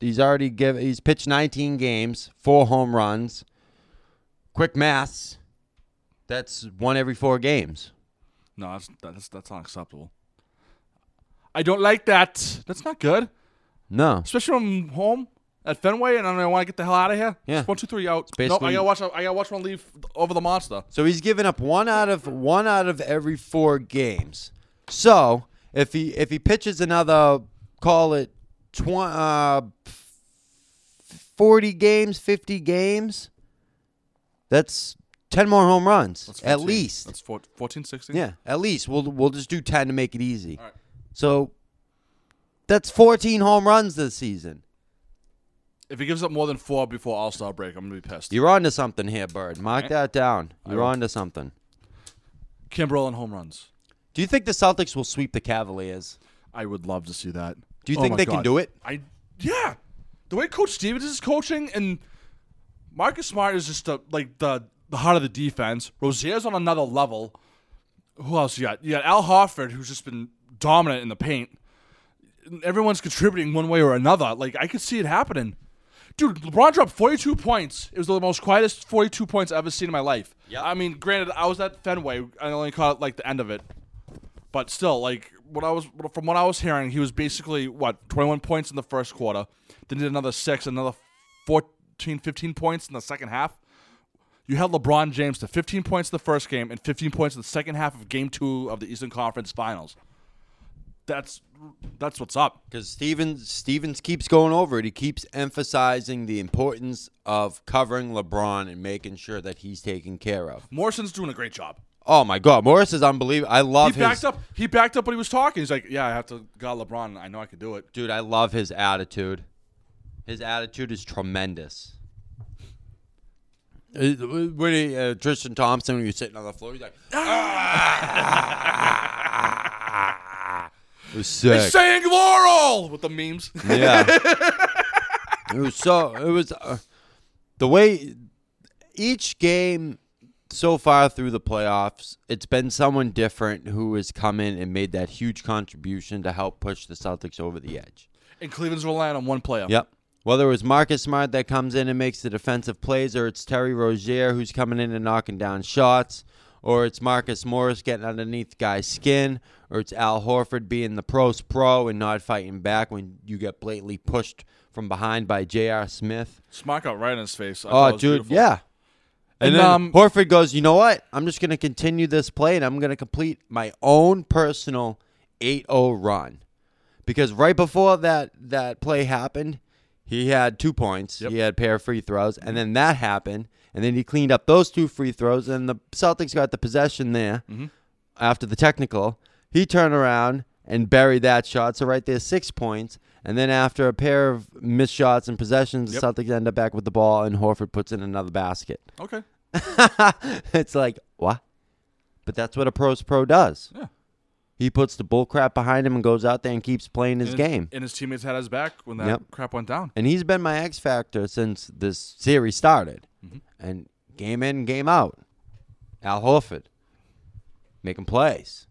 S1: he's already give, he's pitched 19 games, four home runs. Quick maths, that's one every four games.
S2: No, that's that's that's unacceptable. I don't like that. That's not good.
S1: No,
S2: Especially when I'm home at Fenway and I want to get the hell out of here.
S1: Yeah.
S2: Just one, two, three out. No,
S1: basically-
S2: I gotta watch. I gotta watch one leave over the monster.
S1: So he's given up one out of one out of every four games. So if he if he pitches another, call it tw- uh, f- forty games, fifty games, that's ten more home runs
S2: That's
S1: at
S2: 14.
S1: least.
S2: That's four, 14, 16?
S1: yeah, at least we'll we'll just do ten to make it easy.
S2: All right.
S1: So that's fourteen home runs this season.
S2: If he gives up more than four before All Star break, I'm gonna be pissed.
S1: You're on to something here, Bird. Mark that down. You're
S2: will.
S1: on to something.
S2: Kimbrel and home runs.
S1: Do you think the Celtics will sweep the Cavaliers?
S2: I would love to see that. Oh
S1: Do you think they can do it?
S2: I yeah. The way Coach Stevens is coaching and Marcus Smart is just the like the the heart of the defense. Rozier's on another level. Who else you got? You got Al Hofford, who's just been dominant in the paint. Everyone's contributing one way or another. Like I could see it happening. Dude, LeBron dropped 42 points. It was the most quietest 42 points I've ever seen in my life. Yeah. I mean, granted, I was at Fenway. I only caught like the end of it. But still, like what I was from what I was hearing, he was basically what 21 points in the first quarter, then did another six, another 14, 15 points in the second half. You held LeBron James to 15 points in the first game and 15 points in the second half of Game Two of the Eastern Conference Finals. That's that's what's up.
S1: because Stevens Stevens keeps going over it. He keeps emphasizing the importance of covering LeBron and making sure that he's taken care of.
S2: Morrison's doing a great job.
S1: Oh my God, Morris is unbelievable. I
S2: He
S1: love his
S2: backed up. He backed up when he was talking. He's like, "Yeah, I have to got LeBron. I know I could do it."
S1: dude. I love his attitude. His attitude is tremendous. Uh, When he, uh, Tristan Thompson, when he was sitting on the floor, he's like, "Ah!" it was sick.
S2: Saying Laurel with the memes.
S1: Yeah. it was so. It was uh, the way each game so far through the playoffs. It's been someone different who has come in and made that huge contribution to help push the Celtics over the edge.
S2: and Cleveland's relying on one player.
S1: Yep. Whether it was Marcus Smart that comes in and makes the defensive plays, or it's Terry Rozier who's coming in and knocking down shots, or it's Marcus Morris getting underneath guys' skin, or it's Al Horford being the pro's pro and not fighting back when you get blatantly pushed from behind by J.R. Smith.
S2: Smock got right in his face. I thought it
S1: Oh,
S2: was
S1: dude,
S2: beautiful.
S1: yeah. And,
S2: And,
S1: then
S2: um,
S1: Horford goes, you know what? I'm just going to continue this play and I'm going to complete my own personal 8 0 run. Because right before that, that play happened, he had two points. He had a pair of free throws. And then that happened. And then he cleaned up those two free throws. And the Celtics got the possession there
S2: Mm-hmm.
S1: after the technical. He turned around and buried that shot. So right there, six points. And then after a pair of missed shots and possessions,
S2: Yep.
S1: the Celtics end up back with the ball, and Horford puts in another basket.
S2: Okay.
S1: it's like what? But that's what a pro's pro does.
S2: Yeah.
S1: He puts the bull crap behind him and goes out there and keeps playing his
S2: And
S1: game.
S2: And his teammates had his back when that
S1: Yep.
S2: crap went down.
S1: And he's been my X factor since this series started.
S2: Mm-hmm.
S1: And game in, game out. Al Horford making plays.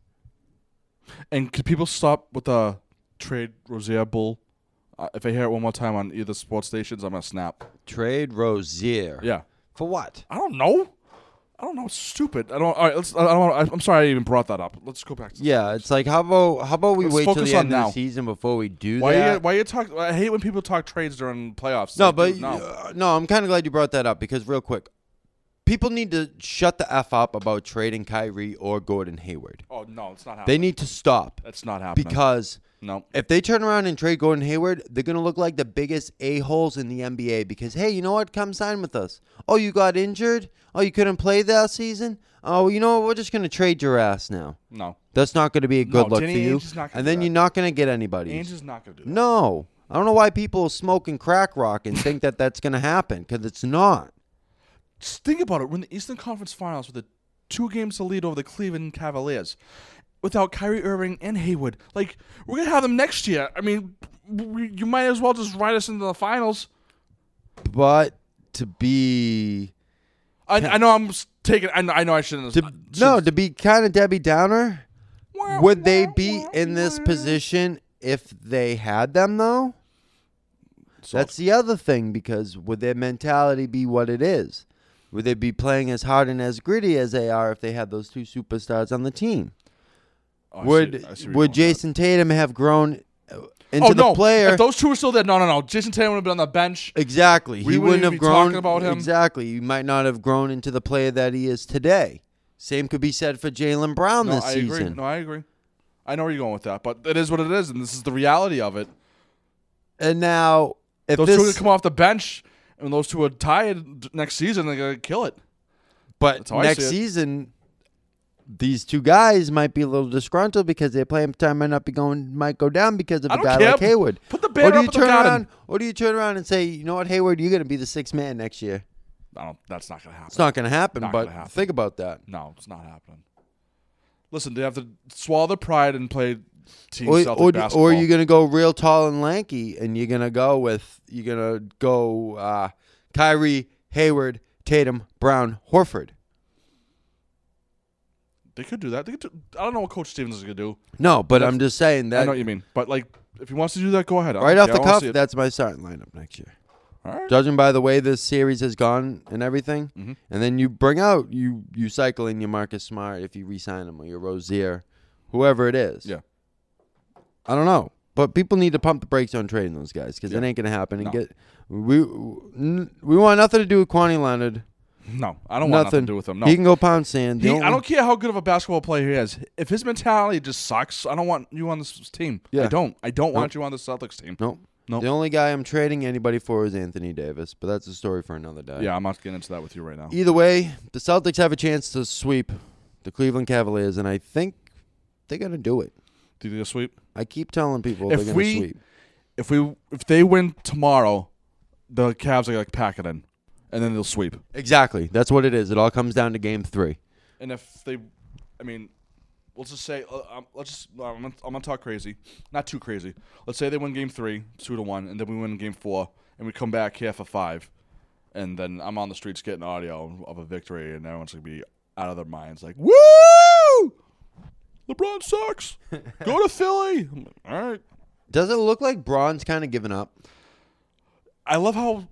S2: And could people stop with the trade Rozier bull? Uh, if I hear it one more time on either sports stations, I'm gonna snap.
S1: Trade Rozier.
S2: Yeah.
S1: For what?
S2: I don't know. I don't know. It's stupid. I don't. All right. Let's. I don't. Wanna, I, I'm sorry. I even brought that up. Let's go back. to
S1: Yeah, it's like how about how about we
S2: Let's
S1: wait till
S2: focus
S1: the
S2: on
S1: end of
S2: now.
S1: the season before we do
S2: Why?
S1: that?
S2: you, why you talk? I hate when people talk trades during playoffs.
S1: No,
S2: Like,
S1: but
S2: dude, no.
S1: uh, no, I'm kind of glad you brought that up because real quick, people need to shut the f up about trading Kyrie or Gordon Hayward.
S2: oh no, it's not happening.
S1: They need to stop
S2: That's not happening.
S1: because
S2: No.
S1: If they turn around and trade Gordon Hayward, they're going to look like the biggest a-holes in the NBA because, hey, you know what? Come sign with us. Oh, you got injured? Oh, you couldn't play that season? Oh, you know what? We're just going to trade your ass now.
S2: No.
S1: That's not going to be a good
S2: No,
S1: look
S2: Danny
S1: for you.
S2: Ainge is not gonna
S1: And
S2: do
S1: then
S2: that.
S1: you're not going to get anybody.
S2: Ainge is not going to do that.
S1: No. I don't know why people smoke and crack rock and think that that's going to happen because it's not.
S2: Just think about it. We're in the Eastern Conference Finals with a two games to lead over the Cleveland Cavaliers without Kyrie Irving and Hayward. Like, we're going to have them next year. I mean, we, you might as well just ride us into the finals.
S1: But to be
S2: I, I know I'm s- taking. I know I, know I shouldn't.
S1: to, no, to be kind of Debbie Downer,
S2: no,
S1: would they be in this position if they had them though? That's the other thing because would their mentality be what it is? Would they be playing as hard and as gritty as they are if they had those two superstars on the team?
S2: oh,
S1: would would Jason Tatum have grown uh, into
S2: oh, no.
S1: the player?
S2: If those two were still there, no, no, no. Jason Tatum would have been on the bench.
S1: Exactly.
S2: We
S1: he wouldn't
S2: wouldn't even
S1: have
S2: be
S1: grown
S2: talking about him.
S1: Exactly. He might not have grown into the player that he is today. Same could be said for Jalen Brown
S2: No,
S1: this
S2: I
S1: season.
S2: agree. No, I agree. I know where you're going with that, but it is what it is, and this is the reality of it.
S1: And now if
S2: Those two are gonna
S1: this
S2: come off the bench, and when those two are tied d- next season. They're gonna kill it.
S1: but
S2: That's how I
S1: next
S2: see it.
S1: season these two guys might be a little disgruntled because their playing time might not be going might go down because of
S2: I
S1: a
S2: don't
S1: guy
S2: care.
S1: like Hayward.
S2: Put the
S1: Or
S2: banner
S1: do
S2: up
S1: you
S2: at the
S1: turn
S2: garden.
S1: around or do you turn around and say, you know what, Hayward, you're gonna be the sixth man next year?
S2: I don't. That's not gonna happen.
S1: It's not gonna happen,
S2: Not
S1: but
S2: gonna happen.
S1: think about that.
S2: no, it's not happening. Listen, they have to swallow their pride and play team
S1: or,
S2: Celtic
S1: or, d-
S2: basketball.
S1: or you're gonna go real tall and lanky, and you're gonna go with you're gonna go uh, Kyrie, Hayward, Tatum, Brown, Horford.
S2: they could do that. They could do, I don't know what Coach Stevens is gonna do.
S1: No, but I'm just saying
S2: I know
S1: that
S2: what you mean, but like, if he wants to do that, go ahead. I don't
S1: right off
S2: care.
S1: the
S2: I wanna
S1: cuff,
S2: see it.
S1: that's my starting lineup next year.
S2: All right.
S1: Judging by the way this series has gone and everything,
S2: Mm-hmm.
S1: and then you bring out you you cycle in your Marcus Smart if you re-sign him or your Rozier, whoever it is.
S2: Yeah.
S1: I don't know, but people need to pump the brakes on trading those guys because
S2: Yeah.
S1: it ain't gonna happen. And
S2: No.
S1: get we n- we want nothing to do with Kwani Leonard.
S2: No, I don't want nothing
S1: nothing
S2: to do with him. No,
S1: He can go pound sand.
S2: He- I don't care how good of a basketball player he is. If his mentality just sucks, I don't want you on this team. I
S1: Yeah.
S2: don't. I don't want you on the Celtics team.
S1: Nope.
S2: Nope.
S1: The only guy I'm trading anybody for is Anthony Davis, but that's a story for another day.
S2: Yeah, I'm not getting into that with you right now.
S1: Either way, the Celtics have a chance to sweep the Cleveland Cavaliers, and I think they're gonna do it.
S2: Do you think a sweep?
S1: I keep telling people
S2: If
S1: they're gonna
S2: we-
S1: sweep.
S2: If we if they win tomorrow, the Cavs are gonna pack it in, and then they'll sweep.
S1: Exactly. That's what it is. It all comes down to Game Three.
S2: And if they, I mean, let's just say, uh, um, let's just I'm gonna, I'm gonna talk crazy, not too crazy. Let's say they win Game Three, two to one, and then we win Game Four, and we come back here for five, and then I'm on the streets getting audio of a victory, and everyone's gonna be out of their minds, like, woo! LeBron sucks. Go to Philly. I'm like, All right.
S1: Does it look like Braun's kind of giving up?
S2: I love how.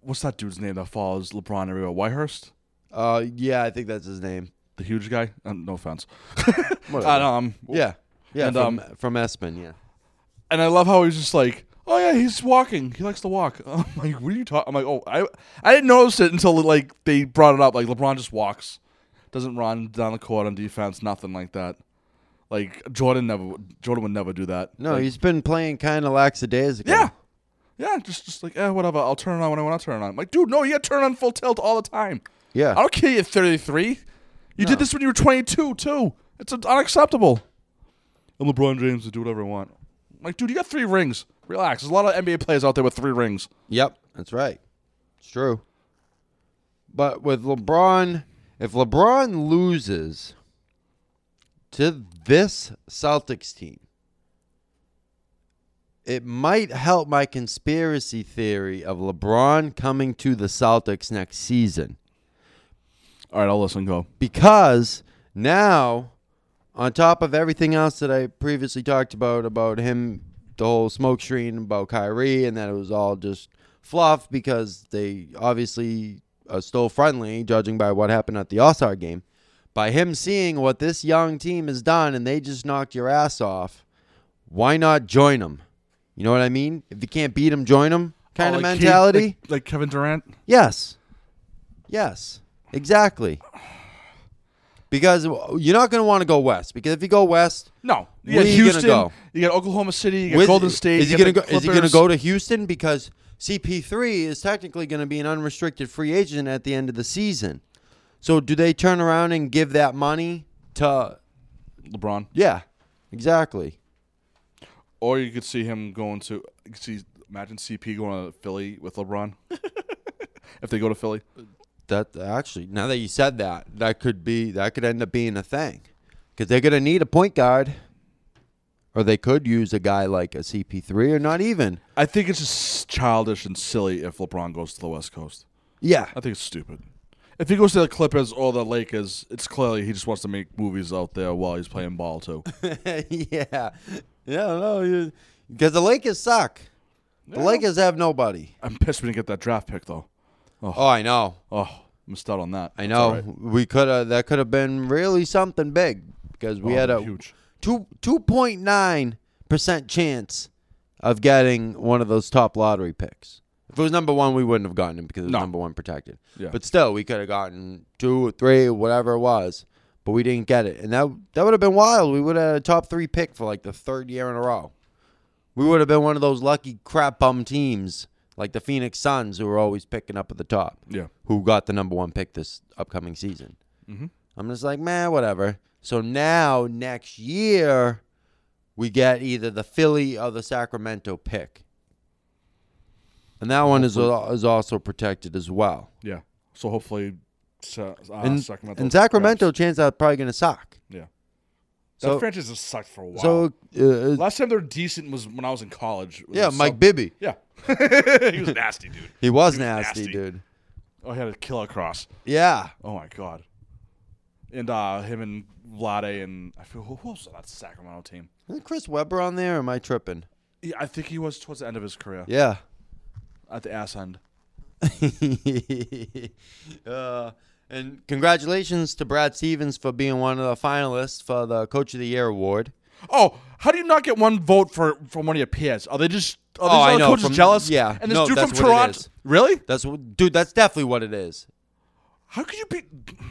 S2: What's that dude's name that follows LeBron everywhere? Whitehurst,
S1: Uh, yeah, I think that's his name.
S2: the huge guy. Uh, no offense.
S1: Whatever.
S2: I um,
S1: Yeah, yeah,
S2: And, um,
S1: from, from Espen. Yeah.
S2: and I love how he's just like, oh yeah, he's walking. He likes to walk. I'm like, what are you talking? I'm like, oh, I I didn't notice it until like they brought it up. Like LeBron just walks, doesn't run down the court on defense, nothing like that. Like Jordan never, Jordan would never do that.
S1: No,
S2: Like,
S1: he's been playing kind of lackadaisical.
S2: yeah, yeah, just just like, eh, whatever. I'll turn it on when I want to turn it on. I'm like, dude, no, you got to turn on full tilt all the time. I
S1: yeah.
S2: don't care. You're 33. You did this when you were 22 too. It's unacceptable. And LeBron James to do whatever I want. I'm Like, dude, you got three rings. Relax. There's a lot of NBA players out there with three rings.
S1: Yep, that's right. It's true. But with LeBron, if LeBron loses to this Celtics team, it might help my conspiracy theory of LeBron coming to the Celtics next season
S2: All right, I'll listen. Go.
S1: because now on top of everything else that I previously talked about about him the whole smoke screen about Kyrie and that it was all just fluff because they obviously are still friendly judging by what happened at the All-Star game by him seeing what this young team has done and they just knocked your ass off why not join them you know what I mean if you can't beat them join them kind
S2: Oh,
S1: of
S2: like Ke-
S1: mentality
S2: like, like Kevin Durant.
S1: yes yes exactly because you're not going to want to go west. Because if you go west,
S2: No, you got
S1: Where you gonna
S2: Houston.
S1: go?
S2: You got Oklahoma City. You got
S1: with-
S2: Golden State.
S1: is he
S2: you got
S1: going to
S2: the
S1: go? Is he going to
S2: Clippers.
S1: go to Houston because CP3 is technically going to be an unrestricted free agent at the end of the season? So do they turn around and give that money to?
S2: LeBron?
S1: Yeah, exactly.
S2: Or you could see him going to. You could see, imagine CP going to Philly with LeBron. if they go to Philly,
S1: That actually, now that you said that, that could be that could end up being a thing because they're going to need a point guard, or they could use a guy like a CP3, or not even.
S2: I think it's just childish and silly if LeBron goes to the West Coast.
S1: Yeah,
S2: I think it's stupid. If he goes to the Clippers or the Lakers, it's clearly he just wants to make movies out there while he's playing ball too.
S1: yeah, yeah. No, because the Lakers suck. The Lakers have nobody.
S2: I'm pissed we didn't get that draft pick though.
S1: Oh, I know.
S2: Oh, missed out on that.
S1: I
S2: It's
S1: know.
S2: all right.
S1: We could have. That could have been really something big because we
S2: Oh,
S1: had a
S2: huge.
S1: two two point nine percent chance of getting one of those top lottery picks. If it was number one, we wouldn't have gotten him because it was
S2: No.
S1: number one protected.
S2: Yeah.
S1: But still, we could have gotten two or three, whatever it was. But we didn't get it, and that that would have been wild. We would have had a top three pick for like the third year in a row. We would have been one of those lucky crap bum teams like the Phoenix Suns who were always picking up at the top
S2: Yeah.
S1: who got the number one pick this upcoming season.
S2: Mm-hmm.
S1: I'm just like, man, whatever. So now next year, we get either the Philly or the Sacramento pick, and that one is al- is also protected as well.
S2: Yeah. So hopefully, Sa- uh,
S1: and
S2: Sacramento.
S1: and Sacramento, chance are probably gonna suck.
S2: Yeah.
S1: So-
S2: that franchise has sucked for a while.
S1: So uh,
S2: last time they were decent was when I was in college. It was
S1: yeah,
S2: a
S1: Mike
S2: sub-
S1: Bibby,
S2: yeah, he was a nasty dude.
S1: he was
S2: He was
S1: nasty,
S2: nasty.
S1: dude.
S2: Oh, he had a killer cross.
S1: Yeah,
S2: Oh my god. And uh, him and Vlade and I feel who who else was on that Sacramento team?
S1: isn't Chris Webber on there? Or am I tripping?
S2: Yeah, I think he was towards the end of his career
S1: Yeah.
S2: at the ass end.
S1: uh, and congratulations to Brad Stevens for being one of the finalists for the Coach of the Year award.
S2: Oh, how do you not get one vote for from one of your peers? Are they just are these
S1: Oh, I
S2: other
S1: know,
S2: coaches
S1: from-
S2: jealous?
S1: yeah,
S2: and this
S1: no,
S2: dude from
S1: that's what it
S2: Toronto.
S1: is.
S2: Really?
S1: That's what, dude. That's definitely what it is.
S2: How could you be?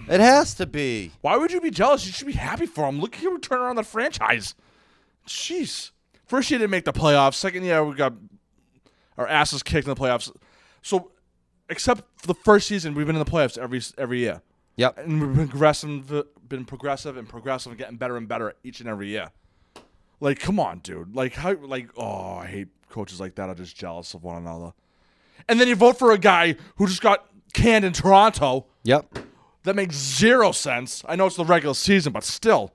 S1: It has to be.
S2: Why would you be jealous? You should be happy for him. Look at you turn around the franchise. Jeez. First year didn't make the playoffs. Second year we got our asses kicked in the playoffs. So, except for the first season, we've been in the playoffs every every year.
S1: Yep.
S2: and we've been progressive, been progressive and progressive, and getting better and better each and every year. Like, come on, dude. Like, how? Like, oh, I hate coaches like that. Are just jealous of one another. And then you vote for a guy who just got canned in Toronto.
S1: Yep.
S2: That makes zero sense. I know it's the regular season, but still,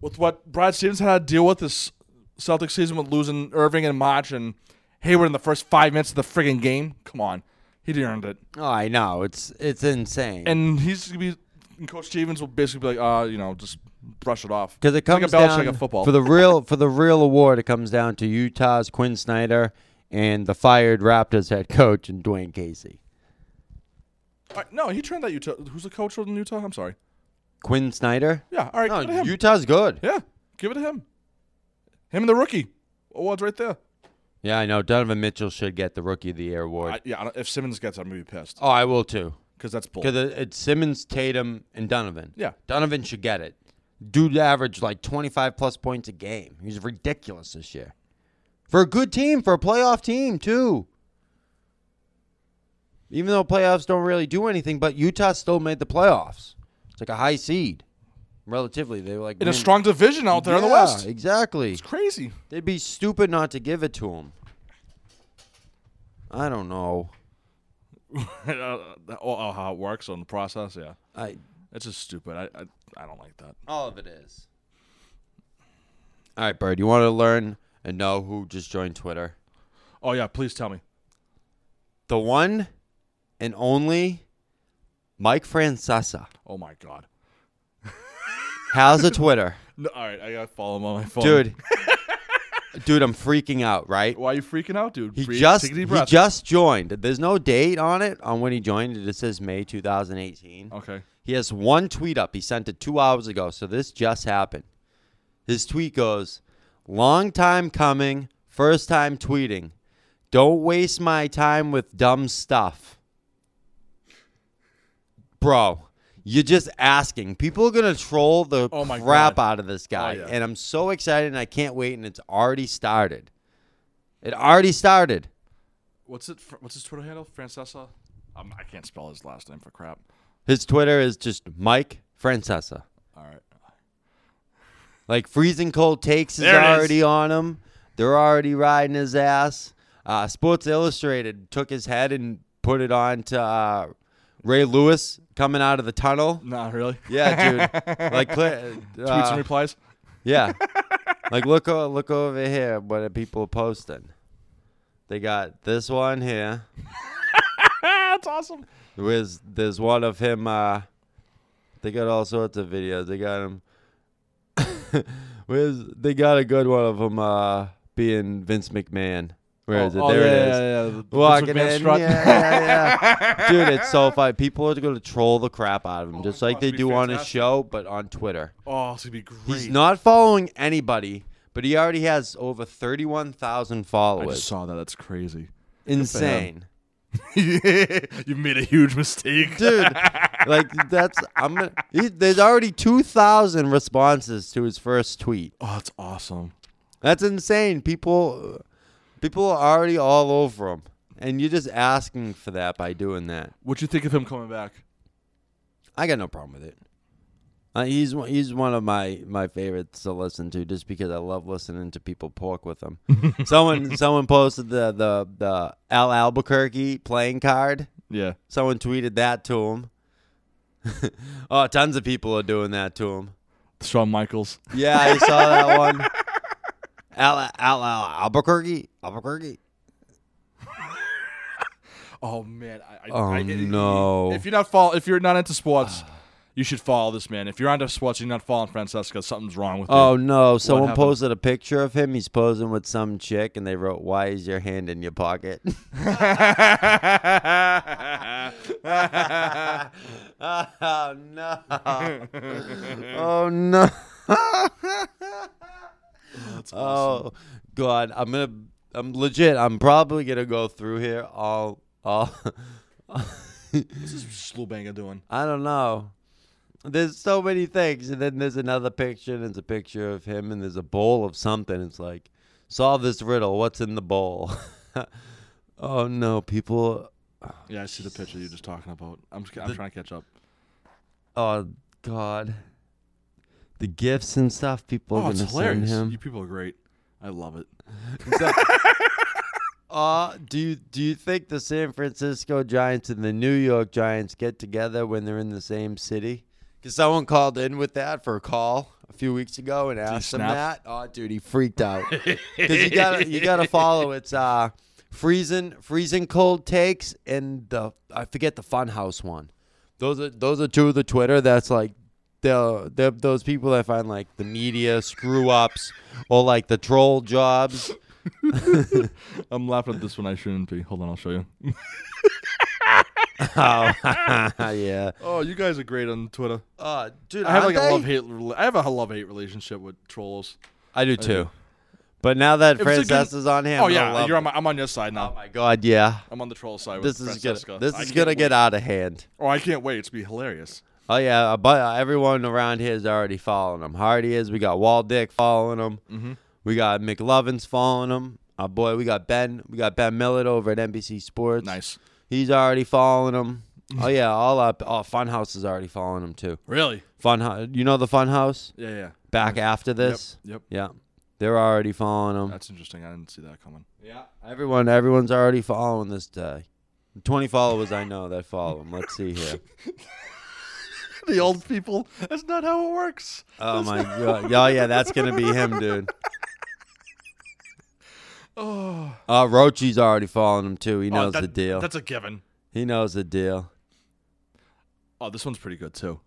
S2: with what Brad Stevens had to deal with this Celtics season with losing Irving in March and Hayward in the first five minutes of the friggin' game, come on, he earned it
S1: Oh, I know. It's it's insane.
S2: and he's gonna be and Coach Stevens will basically be like, uh, you know, just brush it off
S1: Because it
S2: It's like
S1: comes
S2: a Belichick
S1: down
S2: of football.
S1: for the real for the real award. It comes down to Utah's Quinn Snyder and the fired Raptors head coach and Dwayne Casey.
S2: All right, no, he turned that Utah. Who's the coach in Utah? I'm sorry.
S1: Quinn Snyder.
S2: Yeah, all right,
S1: No,
S2: give it to him.
S1: Utah's good.
S2: yeah, give it to him. Him and the rookie awards right there.
S1: Yeah, I know. Donovan Mitchell should get the Rookie of the Year award.
S2: I, yeah, I don't- if Simmons gets, it, I'm gonna be pissed
S1: oh, I will too.
S2: because that's bull.
S1: Because it's Simmons, Tatum, and Donovan.
S2: Yeah.
S1: Donovan should get it. Dude averaged like 25 plus points a game. He's ridiculous this year. For a good team, for a playoff team, too. Even though playoffs don't really do anything, but Utah still made the playoffs. It's like a high seed, relatively. They were like
S2: In a
S1: man-
S2: strong division out there in the
S1: Yeah,
S2: West,
S1: Exactly.
S2: it's crazy.
S1: They'd be stupid not to give it to him. I don't know.
S2: oh, oh, how it works on the process. Yeah,
S1: I
S2: it's just stupid. I, I, I don't like that.
S1: All of it is. All right, Bird, you want to learn and know who just joined Twitter?
S2: Oh yeah, please tell me.
S1: The one and only Mike Francesa
S2: Oh my god.
S1: has a Twitter.
S2: No, all right, I gotta follow him on my phone,
S1: Dude. Dude, I'm freaking out, right?
S2: Why are you freaking out, dude?
S1: He
S2: Breathe,
S1: just
S2: take a deep
S1: he
S2: breath.
S1: just joined. There's no date on it on when he joined. It just says May 2018.
S2: Okay.
S1: He has one tweet up. He sent it two hours ago, so this just happened. His tweet goes, Long time coming, first time tweeting. Don't waste my time with dumb stuff. Bro, You're just asking. People are gonna troll the
S2: Oh my
S1: crap
S2: God.
S1: out of this guy,
S2: yeah.
S1: and I'm so excited, and I can't wait, and it's already started. It already started.
S2: What's it? fr- What's his Twitter handle? Francesa. Um, I can't spell his last name for crap.
S1: His Twitter is just Mike Francesa.
S2: All right.
S1: Like freezing cold takes is
S2: There it is.
S1: already on him. They're already riding his ass. Uh, Sports Illustrated took his head and put it on to uh, Ray Lewis coming out of the tunnel.
S2: Nah, really.
S1: Yeah, dude. like, clear-
S2: Tweets
S1: uh,
S2: and replies.
S1: yeah. like look o- look over here what are people posting. They got this one here.
S2: That's awesome.
S1: There's there's one of him. Uh, they got all sorts of videos. They got him. Where's they got a good one of him uh, being Vince McMahon. Where is it?
S2: Oh,
S1: there
S2: yeah,
S1: it is.
S2: Yeah, yeah, the- the
S1: Walking
S2: Vince McMahon
S1: in,
S2: strut.
S1: yeah, yeah, yeah. dude, it's so funny. People are going to troll the crap out of him,
S2: Oh my
S1: just like
S2: God,
S1: they
S2: it'd be
S1: do on his
S2: fantastic.
S1: show, but on Twitter.
S2: Oh, it's gonna be great.
S1: He's not following anybody, but he already has over thirty-one thousand
S2: I
S1: followers.
S2: just saw that. That's crazy.
S1: Insane.
S2: you made a huge mistake.
S1: dude. Like that's I'm. gonna- He, there's already two thousand responses to his first tweet.
S2: Oh, that's awesome.
S1: That's insane. People, people are already all over him, and you're just asking for that by doing that.
S2: What you think of him coming back?
S1: I got no problem with it. Uh, he's one- he's one of my my favorites to listen to just because I love listening to people pork with him. someone someone posted the the the Al Albuquerque playing card.
S2: Yeah.
S1: Someone tweeted that to him. oh, tons of people are doing that to him.
S2: Shawn Michaels.
S1: Yeah, I saw that one. Al, Al, Al Albuquerque, Albuquerque.
S2: Oh man. I, I,
S1: Oh,
S2: I,
S1: no.
S2: If you're not follow, if you're not into sports, you should follow this man. If you're into sports, you're not following Francesca. Something's wrong with you.
S1: Oh no! Someone
S2: happened?
S1: posted a picture of him. He's posing with some chick, and they wrote, "Why is your hand in your pocket?" oh no! oh no! Oh god! I'm gonna. I'm legit. I'm probably gonna go through here all. All.
S2: What's this Slowbanga doing?
S1: I don't know. There's so many things, and then there's another picture, and there's a picture of him, and there's a bowl of something. It's like, solve this riddle. What's in the bowl? oh no, people.
S2: Yeah, I see the picture you're just talking about. I'm just, I'm trying to catch up.
S1: Oh god, the gifts and stuff people
S2: Oh,
S1: are
S2: it's
S1: gonna send
S2: hilarious. You
S1: him.
S2: people are great. I love it.
S1: So- Uh, do you do you think the San Francisco Giants and the New York Giants get together when they're in the same city? Because someone called in with that for a call a few weeks ago and asked him that.
S2: snap?
S1: Oh, dude, he freaked out. Because you gotta you gotta follow. It's uh, freezing freezing cold takes and the I forget the Funhouse one. Those are those are two of the Twitter that's like the the those people that find like the media screw ups or like the troll jobs.
S2: I'm laughing at this one. I shouldn't be. Hold on, I'll show you.
S1: Oh, yeah.
S2: Oh, you guys are great on Twitter.
S1: Uh, dude,
S2: I have like
S1: aren't
S2: a
S1: they?
S2: love hate. I have a love hate relationship with trolls.
S1: I do too. But now that
S2: If it's a good-
S1: Francesa's on him,
S2: oh
S1: I
S2: yeah,
S1: love
S2: you're
S1: it.
S2: on my, I'm on your side now.
S1: Oh my god, yeah.
S2: I'm on the troll side.
S1: This
S2: with
S1: is gonna
S2: Francesca.
S1: this
S2: I
S1: is
S2: can't
S1: gonna
S2: wait.
S1: get out of hand.
S2: Oh, I can't wait. It's gonna be hilarious.
S1: Oh yeah, but everyone around here is already following him. Hardy is. We got Waldick following him.
S2: Mm-hmm.
S1: We got McLovin's following him. Our boy, we got Ben. We got Ben Millett over at NBC Sports.
S2: Nice.
S1: He's already following him. oh yeah, all up. Oh, Funhouse is already following him too.
S2: Really?
S1: Funhouse, you know the Funhouse
S2: Yeah, yeah.
S1: back after this.
S2: Yep.
S1: Yeah. They're already following him.
S2: That's interesting. I didn't see that coming. Yeah.
S1: Everyone everyone's already following this guy. 20 followers I know that follow him. Let's see here.
S2: The old people. That's not how it works.
S1: Oh my god. Oh yeah, that's going to be him, dude.
S2: Oh,
S1: Uh Rochi's already following him too. He
S2: Oh,
S1: knows
S2: that-
S1: the deal.
S2: That's a given.
S1: He knows the deal.
S2: Oh, this one's pretty good too.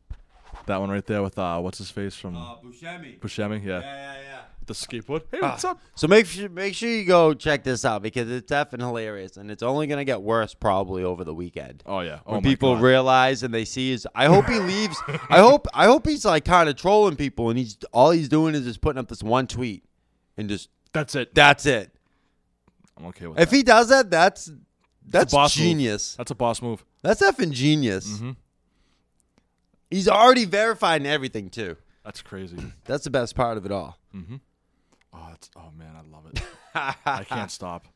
S2: That one right there with uh, what's his face from
S1: Buscemi.
S2: Buscemi? Yeah.
S1: yeah,
S2: Ah.
S1: yeah.
S2: The skateboard. Hey, what's up?
S1: So make sure make sure you go check this out because it's effing hilarious and it's only going to get worse probably over the weekend.
S2: Oh yeah. Oh
S1: when
S2: my
S1: people
S2: God.
S1: realize and they see is I hope he leaves. I hope I hope he's like kind of trolling people and he's all he's doing is just putting up this one tweet and just
S2: That's it.
S1: that's it.
S2: I'm okay with
S1: If
S2: that.
S1: he does that, that's that's
S2: boss move. Mm-hmm.
S1: genius.
S2: That's a boss move.
S1: That's effing genius. He's already verified and everything too.
S2: That's crazy.
S1: That's the best part of it all.
S2: Oh, that's, oh man, I love it. I can't stop.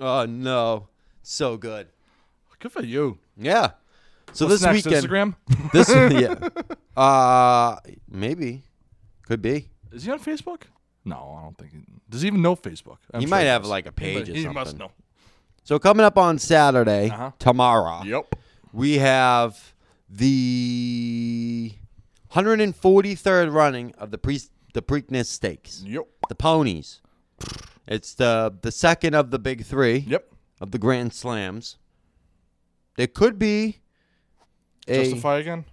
S1: Oh no, so good.
S2: Good for you.
S1: Yeah. So this
S2: What's next,
S1: weekend,
S2: Instagram.
S1: this yeah, uh, maybe, could be.
S2: Is he on Facebook? No, I don't think. He, does he even know Facebook? I'm
S1: He
S2: sure
S1: might
S2: does.
S1: have, like, a
S2: He mu-
S1: page or
S2: He must
S1: something.
S2: know.
S1: So coming up on Saturday,
S2: Uh-huh.
S1: tomorrow,
S2: Yep.
S1: we have the 143rd running of the pre the Preakness Stakes,
S2: Yep.
S1: the ponies. It's the the second of the big three
S2: Yep.
S1: of the Grand Slams. There could be a
S2: Justify again.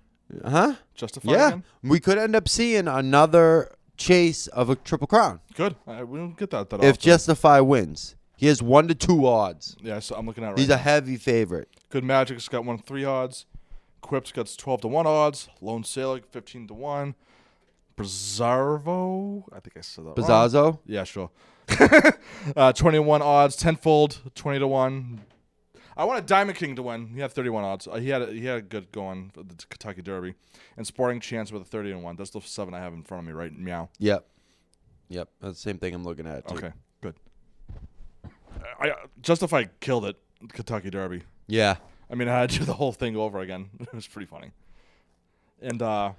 S1: huh?
S2: Justify
S1: Yeah,
S2: again.
S1: we could end up seeing another chase of a triple crown
S2: Good. I, we don't get that that
S1: if
S2: often.
S1: Justify wins. He has one to two odds.
S2: yeah, so I'm looking at it right.
S1: He's
S2: now.
S1: a heavy favorite.
S2: Good Magic's got one three odds. Quip's got twelve to one odds. Lone Sailor fifteen to one. Bizarvo, I think I said that. wrong.
S1: Bizazzo.
S2: Yeah, sure. uh, 21 odds, tenfold, 20 to 1. I want a Diamond King to win. He had 31 odds. Uh, he had a, he had a good going for the Kentucky Derby. And Sporting Chance with a 30 and 1. That's the seven I have in front of me right meow.
S1: Yep. Yep. That's the same thing I'm looking at. Too.
S2: Okay, good. I, uh, I- Justify killed it, Kentucky Derby.
S1: Yeah.
S2: I mean, I had to do the whole thing over again. It was pretty funny. And uh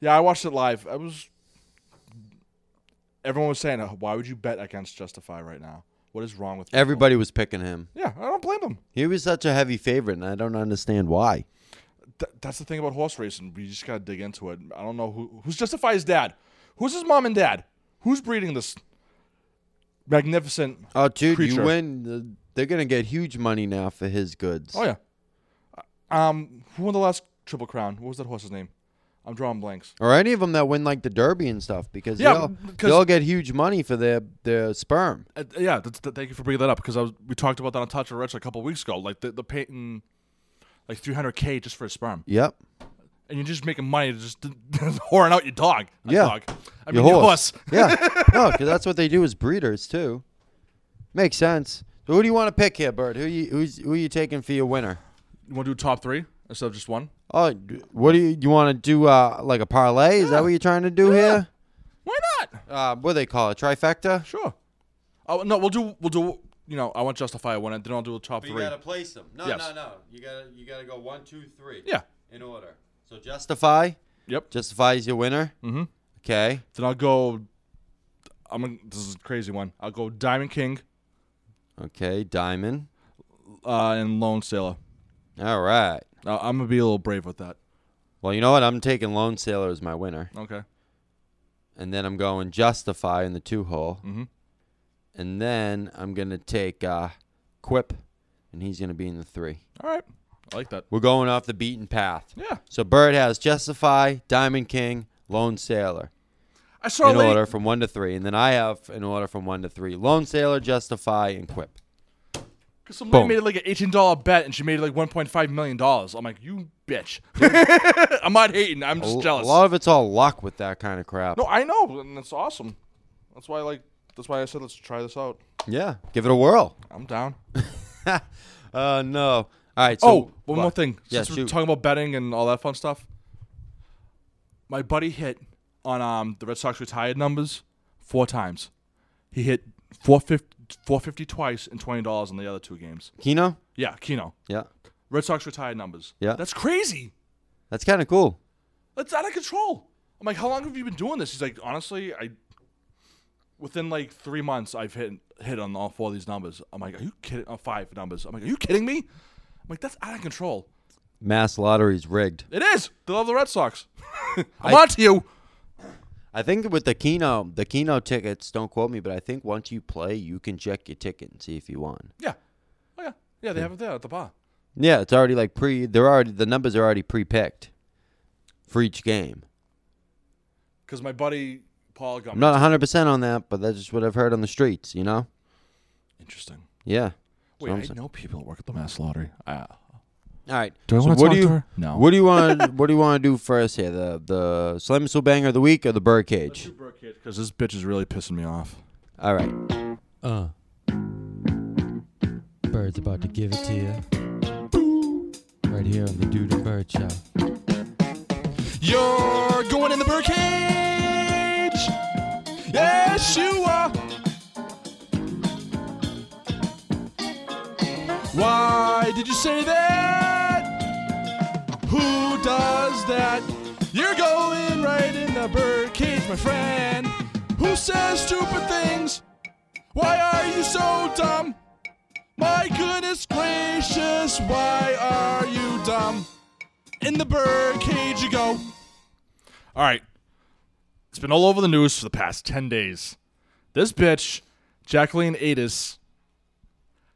S2: yeah, I watched it live. I was everyone was saying, uh, "Why would you bet against Justify right now? What is wrong with people?"
S1: Everybody was picking him.
S2: Yeah, I don't blame them.
S1: He was such a heavy favorite, and I don't understand why.
S2: Th- that's the thing about horse racing. We just gotta dig into it. I don't know who who's Justify's dad. Who's his mom and dad? Who's breeding this magnificent?
S1: Oh, dude,
S2: Creature.
S1: you win. the- They're gonna get huge money now for his goods.
S2: Oh yeah. Um, who won the last Triple Crown? What was that horse's name? I'm drawing blanks.
S1: Or any of them that win like the Derby and stuff, because
S2: Yeah,
S1: they'll,
S2: because-
S1: they'll get huge money for their their sperm.
S2: Uh, yeah, that's, th- thank you for bringing that up because I was, we talked about that on Touch of Rich a couple weeks ago. Like the the Peyton, like 300k just for a sperm,
S1: Yep.
S2: and you're just making money just whoring out your dog. A
S1: Yeah.
S2: dog. I mean your horse.
S1: yeah. No, because that's what they do as breeders too. Makes sense. So who do you want to pick here, Bert? Who you who's, who you taking for your winner?
S2: You want to do top three instead of just one?
S1: Oh, d- what do you you want to do? Uh, like a parlay? Is that what you're trying to do here?
S2: Why not?
S1: Uh, what do they call it? Trifecta.
S2: Sure. Oh no, we'll do we'll do. You know, I want Justify one, and then I'll do a top three.
S1: place them. No,
S2: Yes. no,
S1: no. You gotta you gotta go one, two, three.
S2: Yeah.
S1: In order. So justify.
S2: Yep.
S1: Justify is your winner. Mm-hmm. Okay.
S2: Then I'll go. I'm gonna, this is a crazy one. I'll go Diamond King
S1: Okay. Diamond.
S2: uh, and Lone Sailor.
S1: All right.
S2: Uh, I'm gonna be a little brave with that.
S1: Well, you know what? I'm taking Lone Sailor as my winner.
S2: Okay.
S1: and then I'm going justify in the two hole, and then I'm gonna take uh, Quip, and he's gonna be in the three.
S2: All right. I like that.
S1: We're going off the beaten path.
S2: Yeah.
S1: So Bird has justify, Diamond King, Lone Sailor
S2: I saw a
S1: in
S2: lady.
S1: order from one to three, and then I have in order from one to three: Lone Sailor, Justify, and Quip.
S2: Cause some lady
S1: Boom.
S2: made like an eighteen dollar bet and she made like one point five million dollars. I'm like, you bitch. I'm not hating. I'm
S1: A
S2: just
S1: l-
S2: jealous.
S1: A lot of it's all luck with that kind of crap.
S2: no, I know, and that's awesome. That's why, like, that's why I said let's try this out.
S1: Yeah, give it a whirl.
S2: I'm down.
S1: Uh, no. All right. So
S2: oh, one more
S1: what?
S2: thing.
S1: Yeah,
S2: Since we're
S1: shoot.
S2: talking about betting and all that fun stuff, my buddy hit on um the Red Sox retired numbers four times. He hit 450, 450 twice and twenty dollars in the other two games.
S1: Keno.
S2: Yeah, Keno.
S1: Yeah,
S2: Red Sox retired numbers.
S1: Yeah.
S2: that's crazy.
S1: that's kind of cool.
S2: That's out of control. I'm like, how long have you been doing this? He's like, honestly, I within like three months I've hit hit on all four of these numbers. I'm like, are you kidding? On five numbers. I'm like, are you kidding me? I'm like, that's out of control.
S1: Mass lottery's rigged.
S2: It is. They love the Red Sox. I'm on to you.
S1: I think with the Keno, the Keno tickets, don't quote me, but I think once you play, you can check your ticket and see if you won.
S2: Yeah. Oh yeah. Yeah, they have it there at the bar.
S1: Yeah, it's already like pre, they're already, the numbers are already pre picked for each game.
S2: Because my buddy Paul got
S1: I'm
S2: me.
S1: not 100% on that, but that's just what I've heard on the streets, you know?
S2: Interesting.
S1: Yeah.
S2: Wait,
S1: I'm
S2: I
S1: saying.
S2: know people that work at the Mass Lottery. Uh,
S1: All right.
S2: Do I
S1: so
S2: wanna
S1: what
S2: talk
S1: do you,
S2: to her? No.
S1: What do you want to, what do you want to do first here? The, the Slam Whistle Banger of the Week or the Bird Cage?
S2: because this bitch is really pissing me off.
S1: All right.
S3: Uh. Bird's about to give it to you. Right here on the Dude and Bird Show.
S2: You're going in the birdcage. Yes, you are. Why did you say that? Who does that? You're going right in the birdcage, my friend. Who says stupid things? Why are you so dumb? My goodness gracious, why are you dumb? In the birdcage you go. All right. It's been all over the news for the past 10 days. This bitch, Jacqueline Adis,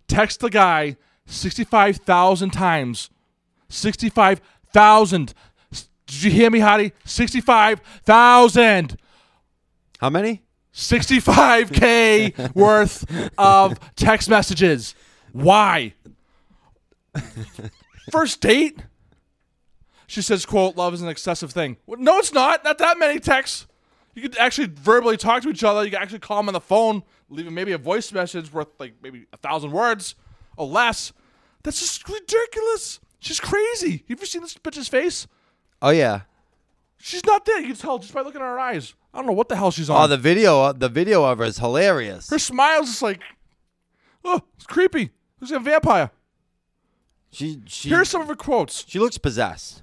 S2: text the guy 65,000 times. 65,000. S- Did you hear me, Hottie? 65,000.
S1: How many?
S2: 65k worth of text messages. Why? First date? She says, quote, love is an excessive thing. Well, no, it's not. Not that many texts. You could actually verbally talk to each other. You could actually call them on the phone, leaving maybe a voice message worth like maybe a thousand words or less. That's just ridiculous. She's crazy. You ever seen this bitch's face?
S1: Oh yeah.
S2: She's not there. You can tell just by looking at her eyes. I don't know what the hell she's on.
S1: Oh, the video, the video of her is hilarious.
S2: Her smile's just like, oh, it's creepy. It's like a vampire.
S1: She she
S2: Here's some of her quotes.
S1: she looks possessed.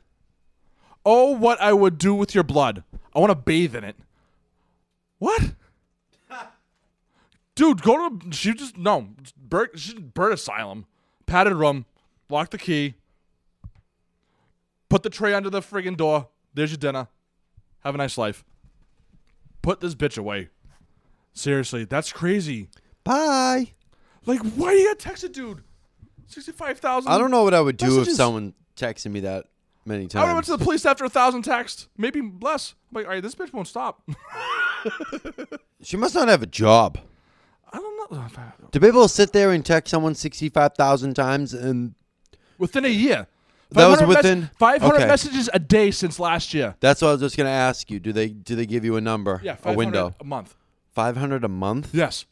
S2: Oh, what I would do with your blood. I want to bathe in it. What? Dude, go to she just no bird she bird asylum, padded room, lock the key, put the tray under the friggin' door. There's your dinner. Have a nice life. Put this bitch away. Seriously, that's crazy.
S1: Bye.
S2: Like, why do you gotta text a dude? Sixty-five thousand.
S1: I don't know what I would do
S2: Messages.
S1: if someone texted me that many times.
S2: I would've went to the police after a thousand texts, maybe less. I'm like, all right, this bitch won't stop.
S1: she must not have a job.
S2: I don't know. if I-
S1: To be able to sit there and text someone sixty-five thousand times and
S2: Within a year,
S1: That was
S2: 500 mess-
S1: within-
S2: 500
S1: okay.
S2: messages a day since last year.
S1: that's what I was just gonna ask you. Do they do they give you a number?
S2: Yeah,
S1: a
S2: 500
S1: window.
S2: a month.
S1: Five hundred a month.
S2: Yes.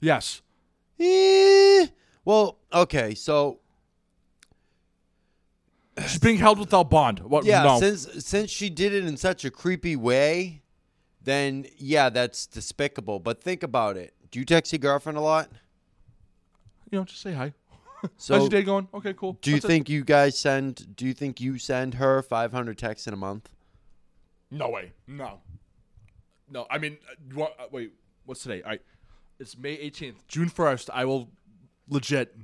S2: Yes.
S1: Eh, well, okay, so
S2: She's being held without bond. What?
S1: yeah,
S2: no.
S1: since since she did it in such a creepy way, then yeah, that's despicable. But think about it. Do you text your girlfriend a lot?
S2: you know, just say hi.
S1: So
S2: How's your day going? Okay, cool.
S1: Do you
S2: That's it.
S1: think you guys send? Do you think you send her 500 texts in a month?
S2: No way. No. No. I mean, uh, you want- uh, wait. What's today? All right. It's May 18th. June 1st, I will legit.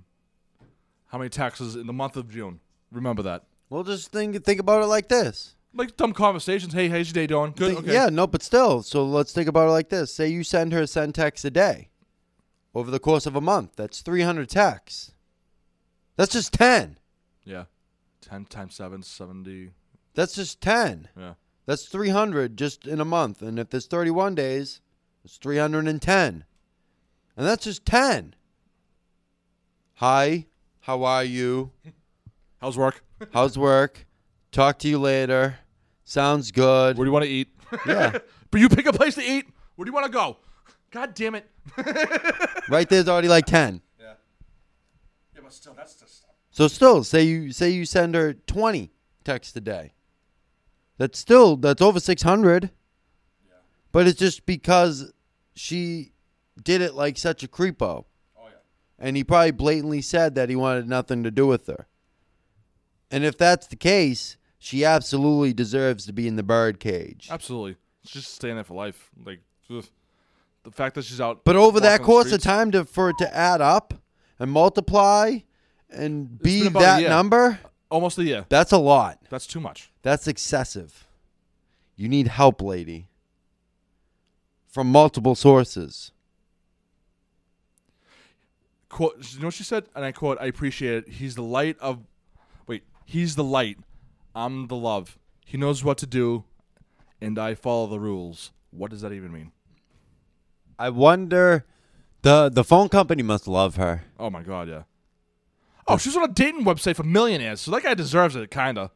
S2: How many taxes in the month of June? Remember that.
S1: Well, just think think about it like this.
S2: Like dumb conversations. Hey, how's your day doing? Good.
S1: Think-
S2: okay.
S1: Yeah, no, but still. So let's think about it like this. Say you send her 10 texts a day over the course of a month. That's 300 texts. That's just 10.
S2: Yeah. 10 times 7, 70.
S1: That's just 10.
S2: Yeah.
S1: That's 300 just in a month. And if there's 31 days, it's 310. And that's just 10. Hi, how are you?
S2: How's work?
S1: How's work? Talk to you later. Sounds good.
S2: Where do you want to eat?
S1: Yeah.
S2: but you pick a place to eat. Where do you want to go? God damn it.
S1: right there's already like 10.
S2: Yeah, but still, that's just.
S1: So still, say you say you send her 20 texts a day. That's still that's over 600. But it's just because she did it like such a creepo.
S2: Oh, yeah.
S1: And he probably blatantly said that he wanted nothing to do with her. And if that's the case, she absolutely deserves to be in the bird cage.
S2: Absolutely. She's just staying there for life. Like, ugh. the fact that she's out.
S1: But over that
S2: walking the
S1: course of
S2: streets-
S1: time to, for it to add up and multiply and be
S2: been about a
S1: that
S2: year.
S1: number,
S2: Almost a year.
S1: that's a lot.
S2: That's too much.
S1: That's excessive. You need help, lady. From multiple sources.
S2: quote you know what she said and i quote i appreciate it he's the light of wait he's the light i'm the love he knows what to do and i follow the rules what does that even mean
S1: I wonder the the phone company must love her.
S2: oh my god yeah oh she's on a dating website for millionaires so that guy deserves it kinda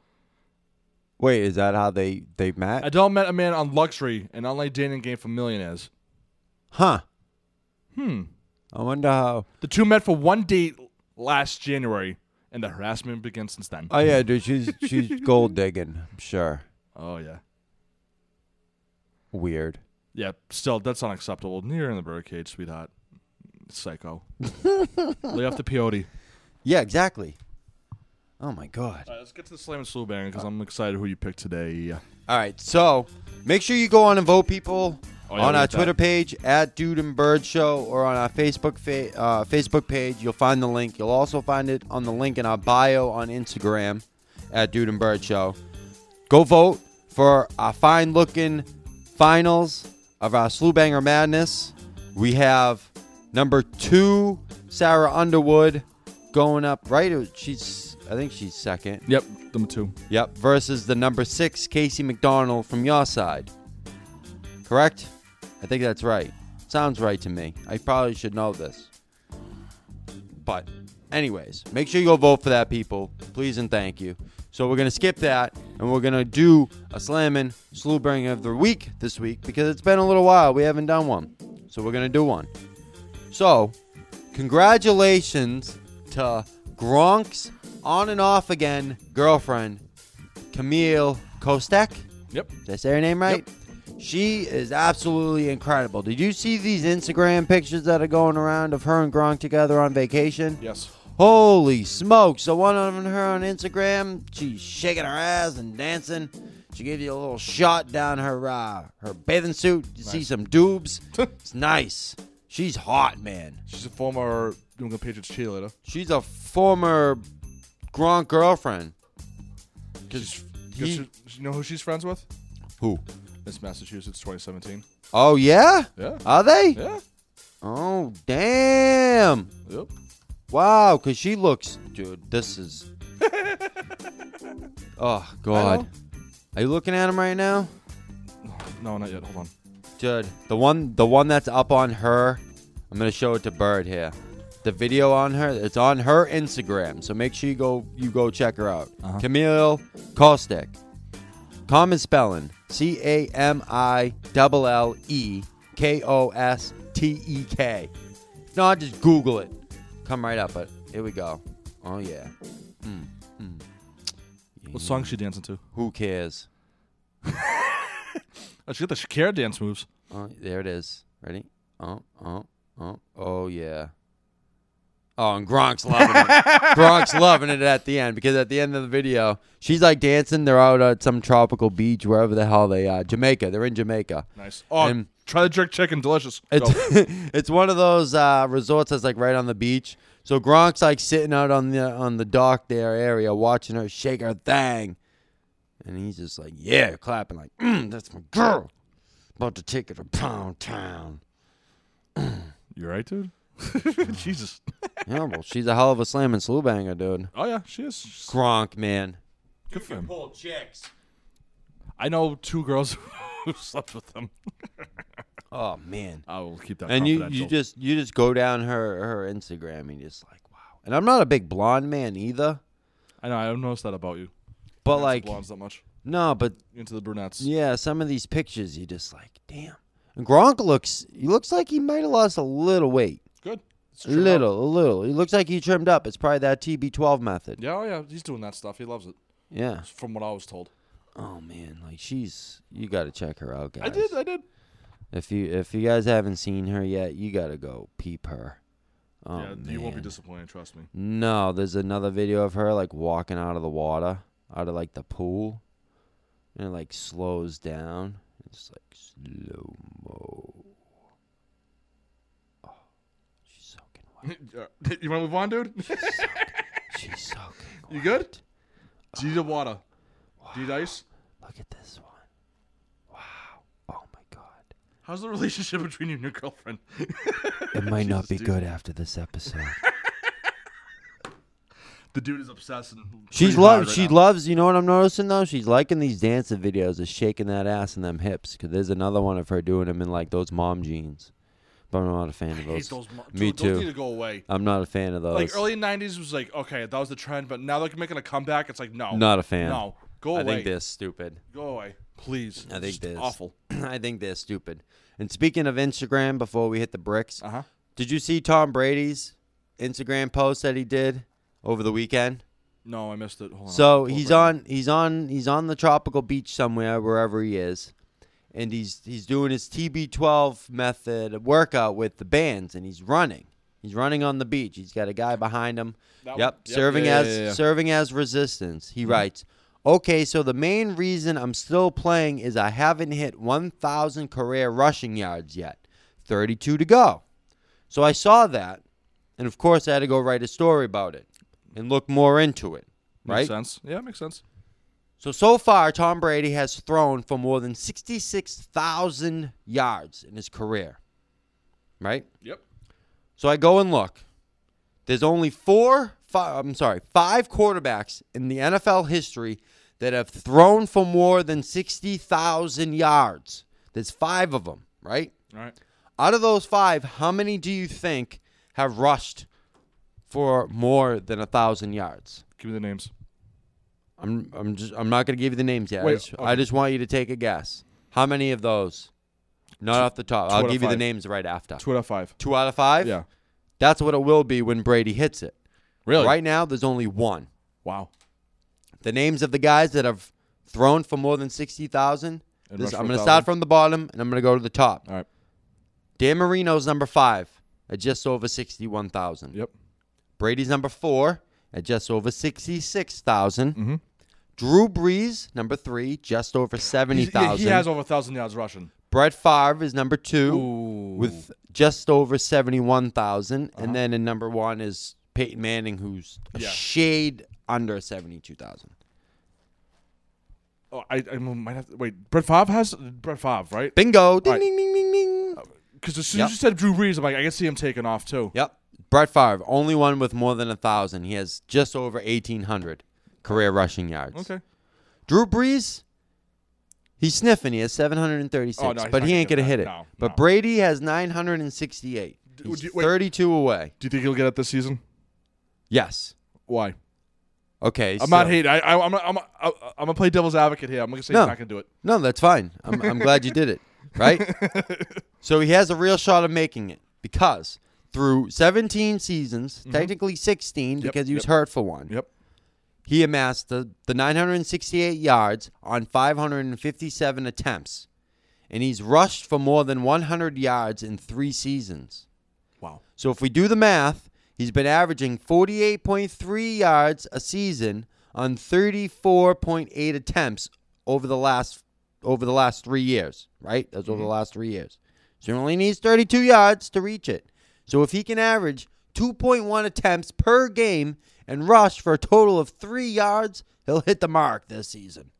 S1: Wait, is that how they they met?
S2: adele met a man on luxury an online dating game for millionaires
S1: Huh. Hmm. I wonder how
S2: the two met for one date last january and the harassment begins since then.
S1: Oh yeah, dude, she's she's gold digging. I'm Sure,
S2: oh yeah,
S1: weird.
S2: yeah. Still, that's unacceptable. You're in the birdcage, sweetheart. Psycho. Lay off the peyote.
S1: Yeah, exactly. Oh my god.
S2: All right, let's get to the slam and slew baron because I'm excited who you picked today.
S1: All right, so make sure you go on and vote, people,
S2: Oh, yeah,
S1: on our
S2: look at
S1: Twitter
S2: that.
S1: page at Dude and Bird Show or on our Facebook fa- uh, Facebook page. You'll find the link. You'll also find it on the link in our bio on Instagram at Dude and Bird Show. Go vote for our fine-looking finals of our Slew Banger Madness. We have number two, Sarah Underwood, going up. Right, she's I think she's second.
S2: Yep, number two.
S1: Yep, versus the number six, Casey McDonald from your side. Correct? I think that's right. Sounds right to me. I probably should know this. But, anyways, make sure you go vote for that, people. Please and thank you. So, we're going to skip that and we're going to do a slamming slew bang of the week this week because it's been a little while. We haven't done one. So, we're going to do one. So, congratulations to Gronk's on and off again girlfriend, Camille Kostek.
S2: Yep.
S1: Did I say her name right? She is absolutely incredible. Did you see these Instagram pictures that are going around of her and Gronk together on vacation?
S2: Yes.
S1: Holy smokes! The one on her on Instagram, she's shaking her ass and dancing. She gave you a little shot down her uh, her bathing suit. You see some doobs. it's nice. She's hot, man.
S2: She's a former New England Patriots cheerleader.
S1: She's a former Gronk girlfriend.
S2: Because
S1: he-
S2: you know who she's friends with?
S1: Who?
S2: Miss Massachusetts 2017.
S1: Oh yeah?
S2: Yeah.
S1: Are they?
S2: Yeah.
S1: Oh damn!
S2: Yep.
S1: Wow, cause she looks, dude. This is. oh God, are you looking at him right now,
S2: No, not yet. Hold on.
S1: dude? The one, the one that's up on her. I'm gonna show it to Bird here. The video on her, it's on her Instagram. So make sure you go, you go check her out.
S2: Uh-huh.
S1: Camille Caustic. Common spelling: C A M I L L E K O S T E K. If not, just Google it. Come right up. But here we go. Oh yeah. Mm, mm.
S2: What song's she dancing to?
S1: Who cares?
S2: Oh, she got the Shakira dance moves.
S1: Oh, there it is. Ready? Oh, oh, oh, oh yeah. Oh, and Gronk's loving it. Gronk's loving it at the end because at the end of the video, she's like dancing. They're out at some tropical beach, wherever the hell they are. Jamaica. They're in Jamaica.
S2: Nice. Oh,
S1: And-
S2: try the jerk chicken. Delicious. Go.
S1: It's it's one of those uh, resorts that's like right on the beach. So Gronk's like sitting out on the on the dock there area, watching her shake her thing, and he's just like, yeah, clapping like, mm, that's my girl, about to take her to Pound Town.
S2: you right, dude? Jesus.
S1: yeah, well, she's a hell of a slam and slew banger, dude.
S2: Oh, yeah. She is. She's
S1: Gronk, man.
S2: good for him.
S1: Pull chicks.
S2: I know two girls who slept with him.
S1: Oh man.
S2: I will keep that
S1: And you,
S2: confidential.
S1: you just you just go down her her Instagram and you're just like, wow. And I'm not a big blonde man either,
S2: I know. I don't notice that about you.
S1: but
S2: You're into
S1: like,
S2: blondes that much.
S1: no, but
S2: You're Into the brunettes.
S1: Yeah, some of these pictures you just like, damn. And Gronk looks he looks like he might have lost a little weight.
S2: Good. It's
S1: A
S2: true.
S1: little, a little. He looks like he trimmed up. It's probably that TB twelve method.
S2: Yeah, oh yeah, he's doing that stuff. He loves it,
S1: Yeah.
S2: from what I was told.
S1: Oh man, like she's you gotta check her out, guys.
S2: I did, I did.
S1: If you if you guys haven't seen her yet, you gotta go peep her. Oh,
S2: yeah, you won't be
S1: man.
S2: disappointed. Trust me.
S1: No, there's another video of her like walking out of the water, out of like the pool, and it like slows down. It's like slow mo. Oh, she's soaking wet.
S2: you want to move on, dude?
S1: She's soaking wet.
S2: You good? Do you need water? Do you need ice?
S1: Look at this one. Wow. Oh my god.
S2: How's the relationship between you and your girlfriend?
S1: It might not
S2: Jesus,
S1: be
S2: dude.
S1: good after this episode.
S2: The dude is obsessed. And
S1: She's
S2: pretty hard
S1: loves.
S2: right
S1: she
S2: now.
S1: loves. You know what I'm noticing though? She's liking these dancing videos of shaking that ass and them hips. Cause there's another one of her doing them in like those mom jeans. But I'm not a fan of
S2: I hate
S1: those.
S2: those. mo-
S1: Me
S2: dude, Those need
S1: too.
S2: to go away.
S1: I'm not a fan of those.
S2: Like early '90s was like okay, that was the trend, but now they're making a comeback. It's like no,
S1: Not a fan.
S2: no, go
S1: I
S2: away.
S1: think they're stupid.
S2: Go away, please.
S1: I think
S2: It's just
S1: this.
S2: awful.
S1: I think they're stupid. And speaking of Instagram, before we hit the bricks,
S2: Uh huh.
S1: did you see Tom Brady's Instagram post that he did over the weekend.
S2: No, I missed it. Hold on.
S1: So
S2: I'll pull it
S1: he's
S2: back up.
S1: on he's on he's on the tropical beach somewhere wherever he is, and he's he's doing his TB12 method workout with the bands, and he's running. He's running on the beach. He's got a guy behind him.
S2: That
S1: Yep,
S2: one? Yep.
S1: serving
S2: Yeah,
S1: as
S2: yeah, Mm-hmm. yeah.
S1: serving as resistance. He writes, "Okay, so the main reason I'm still playing is I haven't hit 1,000 career rushing yards yet. 32 to go. So I saw that, and of course I had to go write a story about it and look more into it.
S2: Makes
S1: Right?
S2: sense. Yeah, makes sense.
S1: So so far, Tom Brady has thrown for more than sixty-six thousand yards in his career. Right.
S2: Yep.
S1: So I go and look. There's only four. Five, I'm sorry, five quarterbacks in the NFL history that have thrown for more than sixty thousand yards. There's five of them. Right.
S2: All right.
S1: Out of those five, how many do you think have rushed for more than a thousand yards?
S2: Give me the names.
S1: I'm I'm just I'm not gonna give you the names yet. I,
S2: Wait,
S1: just, I just want you to take a guess. How many of those? Not off the top.
S2: out
S1: I'll
S2: of
S1: give you the
S2: five.
S1: names right after.
S2: Two out of five.
S1: Two out of five.
S2: Yeah.
S1: that's what it will be when Brady hits it.
S2: Really?
S1: Right now, there's only one.
S2: Wow.
S1: The names of the guys that have thrown for more than sixty thousand.
S2: And
S1: I'm
S2: rushed for
S1: gonna
S2: 1,000.
S1: start from the bottom and I'm gonna go to the top.
S2: All right.
S1: Dan Marino's number five at just over sixty-one thousand.
S2: Yep.
S1: Brady's number four at just over 66,000.
S2: Mhm.
S1: Drew Brees, number three, just over
S2: He's- yeah,
S1: 70,000.
S2: he has over a thousand yards rushing.
S1: Brett Favre is number two
S2: Ooh. Uh-huh.
S1: with just over 71,000. And then in number one is Peyton Manning, who's a
S2: Yeah.
S1: shade under 72,000.
S2: Oh, I, I might have to wait. Brett Favre has Brett Favre, right?
S1: Bingo. Ding,
S2: All right.
S1: ding, ding, ding, ding.
S2: Because as soon
S1: Yep.
S2: as you said Drew Brees, I'm like, I can see him taking off too.
S1: Yep. Brett Favre, only one with more than a 1,000. He has just over 1,800 career rushing yards.
S2: Okay.
S1: Drew Brees, he's sniffing. He has 736,
S2: Oh, no, he's
S1: but
S2: not
S1: he
S2: gonna
S1: ain't
S2: get
S1: gonna
S2: that.
S1: hit it.
S2: No,
S1: but
S2: no.
S1: Brady has 968.
S2: D-
S1: He's
S2: do you- wait.
S1: 32 away.
S2: Do you think he'll get it this season?
S1: Yes.
S2: Why?
S1: Okay.
S2: I'm not
S1: so-
S2: hating. I, I, I'm, I'm, I'm, I'm gonna play devil's advocate here. I'm gonna say
S1: No.
S2: he's not gonna do it.
S1: No, that's fine. I'm, I'm glad you did it. Right. so he has a real shot of making it because through 17 seasons, technically 16 because he was
S2: Mm-hmm. yep.
S1: hurt for one.
S2: Yep.
S1: He amassed the, the 968 yards on 557 attempts, and he's rushed for more than 100 yards in three seasons.
S2: Wow.
S1: So if we do the math, he's been averaging 48.3 yards a season on 34.8 attempts over the last over the last 3 years, right? That's over the last 3 years. So he only needs 32 yards to reach it. So if he can average 2.1 attempts per game and rush for a total of 3 yards, he'll hit the mark this season.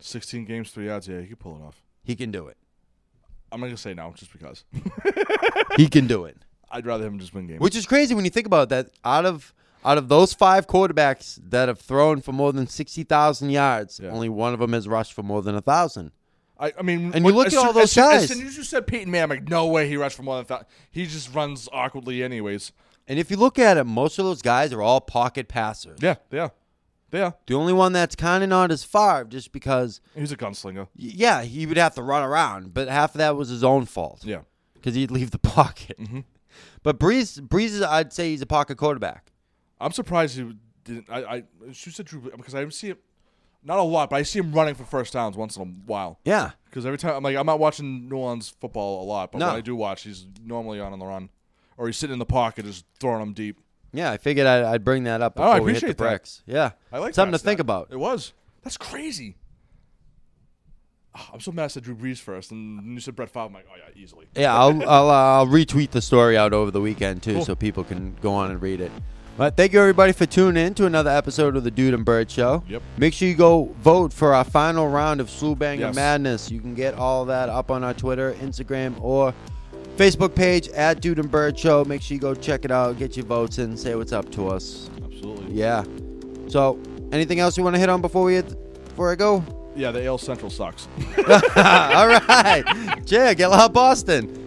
S2: 16 games, three yards. Yeah, he could pull it off.
S1: He can do it.
S2: I'm not gonna say no, just because.
S1: He can do it.
S2: I'd rather him just win games.
S1: Which is crazy when you think about that. Out of out of those five quarterbacks that have thrown for more than sixty thousand yards,
S2: Yeah.
S1: only one of them has rushed for more than a thousand.
S2: I, I mean,
S1: And you look
S2: as
S1: at all
S2: soon-
S1: those
S2: as soon-
S1: guys.
S2: As soon as you said Peyton Manning, I'm like, no way he rushed for more than that. He just runs awkwardly, anyways.
S1: And if you look at it, most of those guys are all pocket passers.
S2: Yeah, yeah, yeah.
S1: The only one that's kind of not as far, just because,
S2: He's a gunslinger.
S1: y- yeah, he would have to run around, but half of that was his own fault
S2: Yeah, Mm-hmm.
S1: because he'd leave the pocket. But Breeze, Breeze, is, I'd say he's a pocket quarterback.
S2: I'm surprised he didn't. I, I as you said Drew because I see it not a lot, but I see him running for first downs once in a while.
S1: Yeah,
S2: Because every time I'm like, I'm not watching New Orleans football a lot, but
S1: No.
S2: when I do watch, he's normally on on the run, or he's sitting in the pocket just throwing them deep.
S1: yeah. I figured I'd, I'd bring that up
S2: Oh,
S1: before
S2: I
S1: we hit the
S2: appreciate that.
S1: bricks. Yeah,
S2: I like
S1: something
S2: that
S1: to think
S2: stat.
S1: about.
S2: It was. That's crazy. Ah, I'm so mad I said Drew Brees first, and you said Brett Favre. I'm like, oh yeah, easily.
S1: Yeah, I'll I'll, uh, I'll retweet the story out over the weekend too,
S2: Cool.
S1: so people can go on and read it. But thank you everybody for tuning in to another episode of the Dude and Bird Show.
S2: Yep.
S1: Make sure you go vote for our final round of Slew Banger
S2: Yes.
S1: Madness. You can get all that up on our Twitter, Instagram, or Facebook page at Dude and Bird Show. Make sure you go check it out, get your votes in, say what's up to us.
S2: Absolutely.
S1: Yeah. So, anything else you want to hit on before we hit, before I go? Uh,
S2: Yeah, the AL Central sucks.
S1: all right. Yeah, get loud, Boston.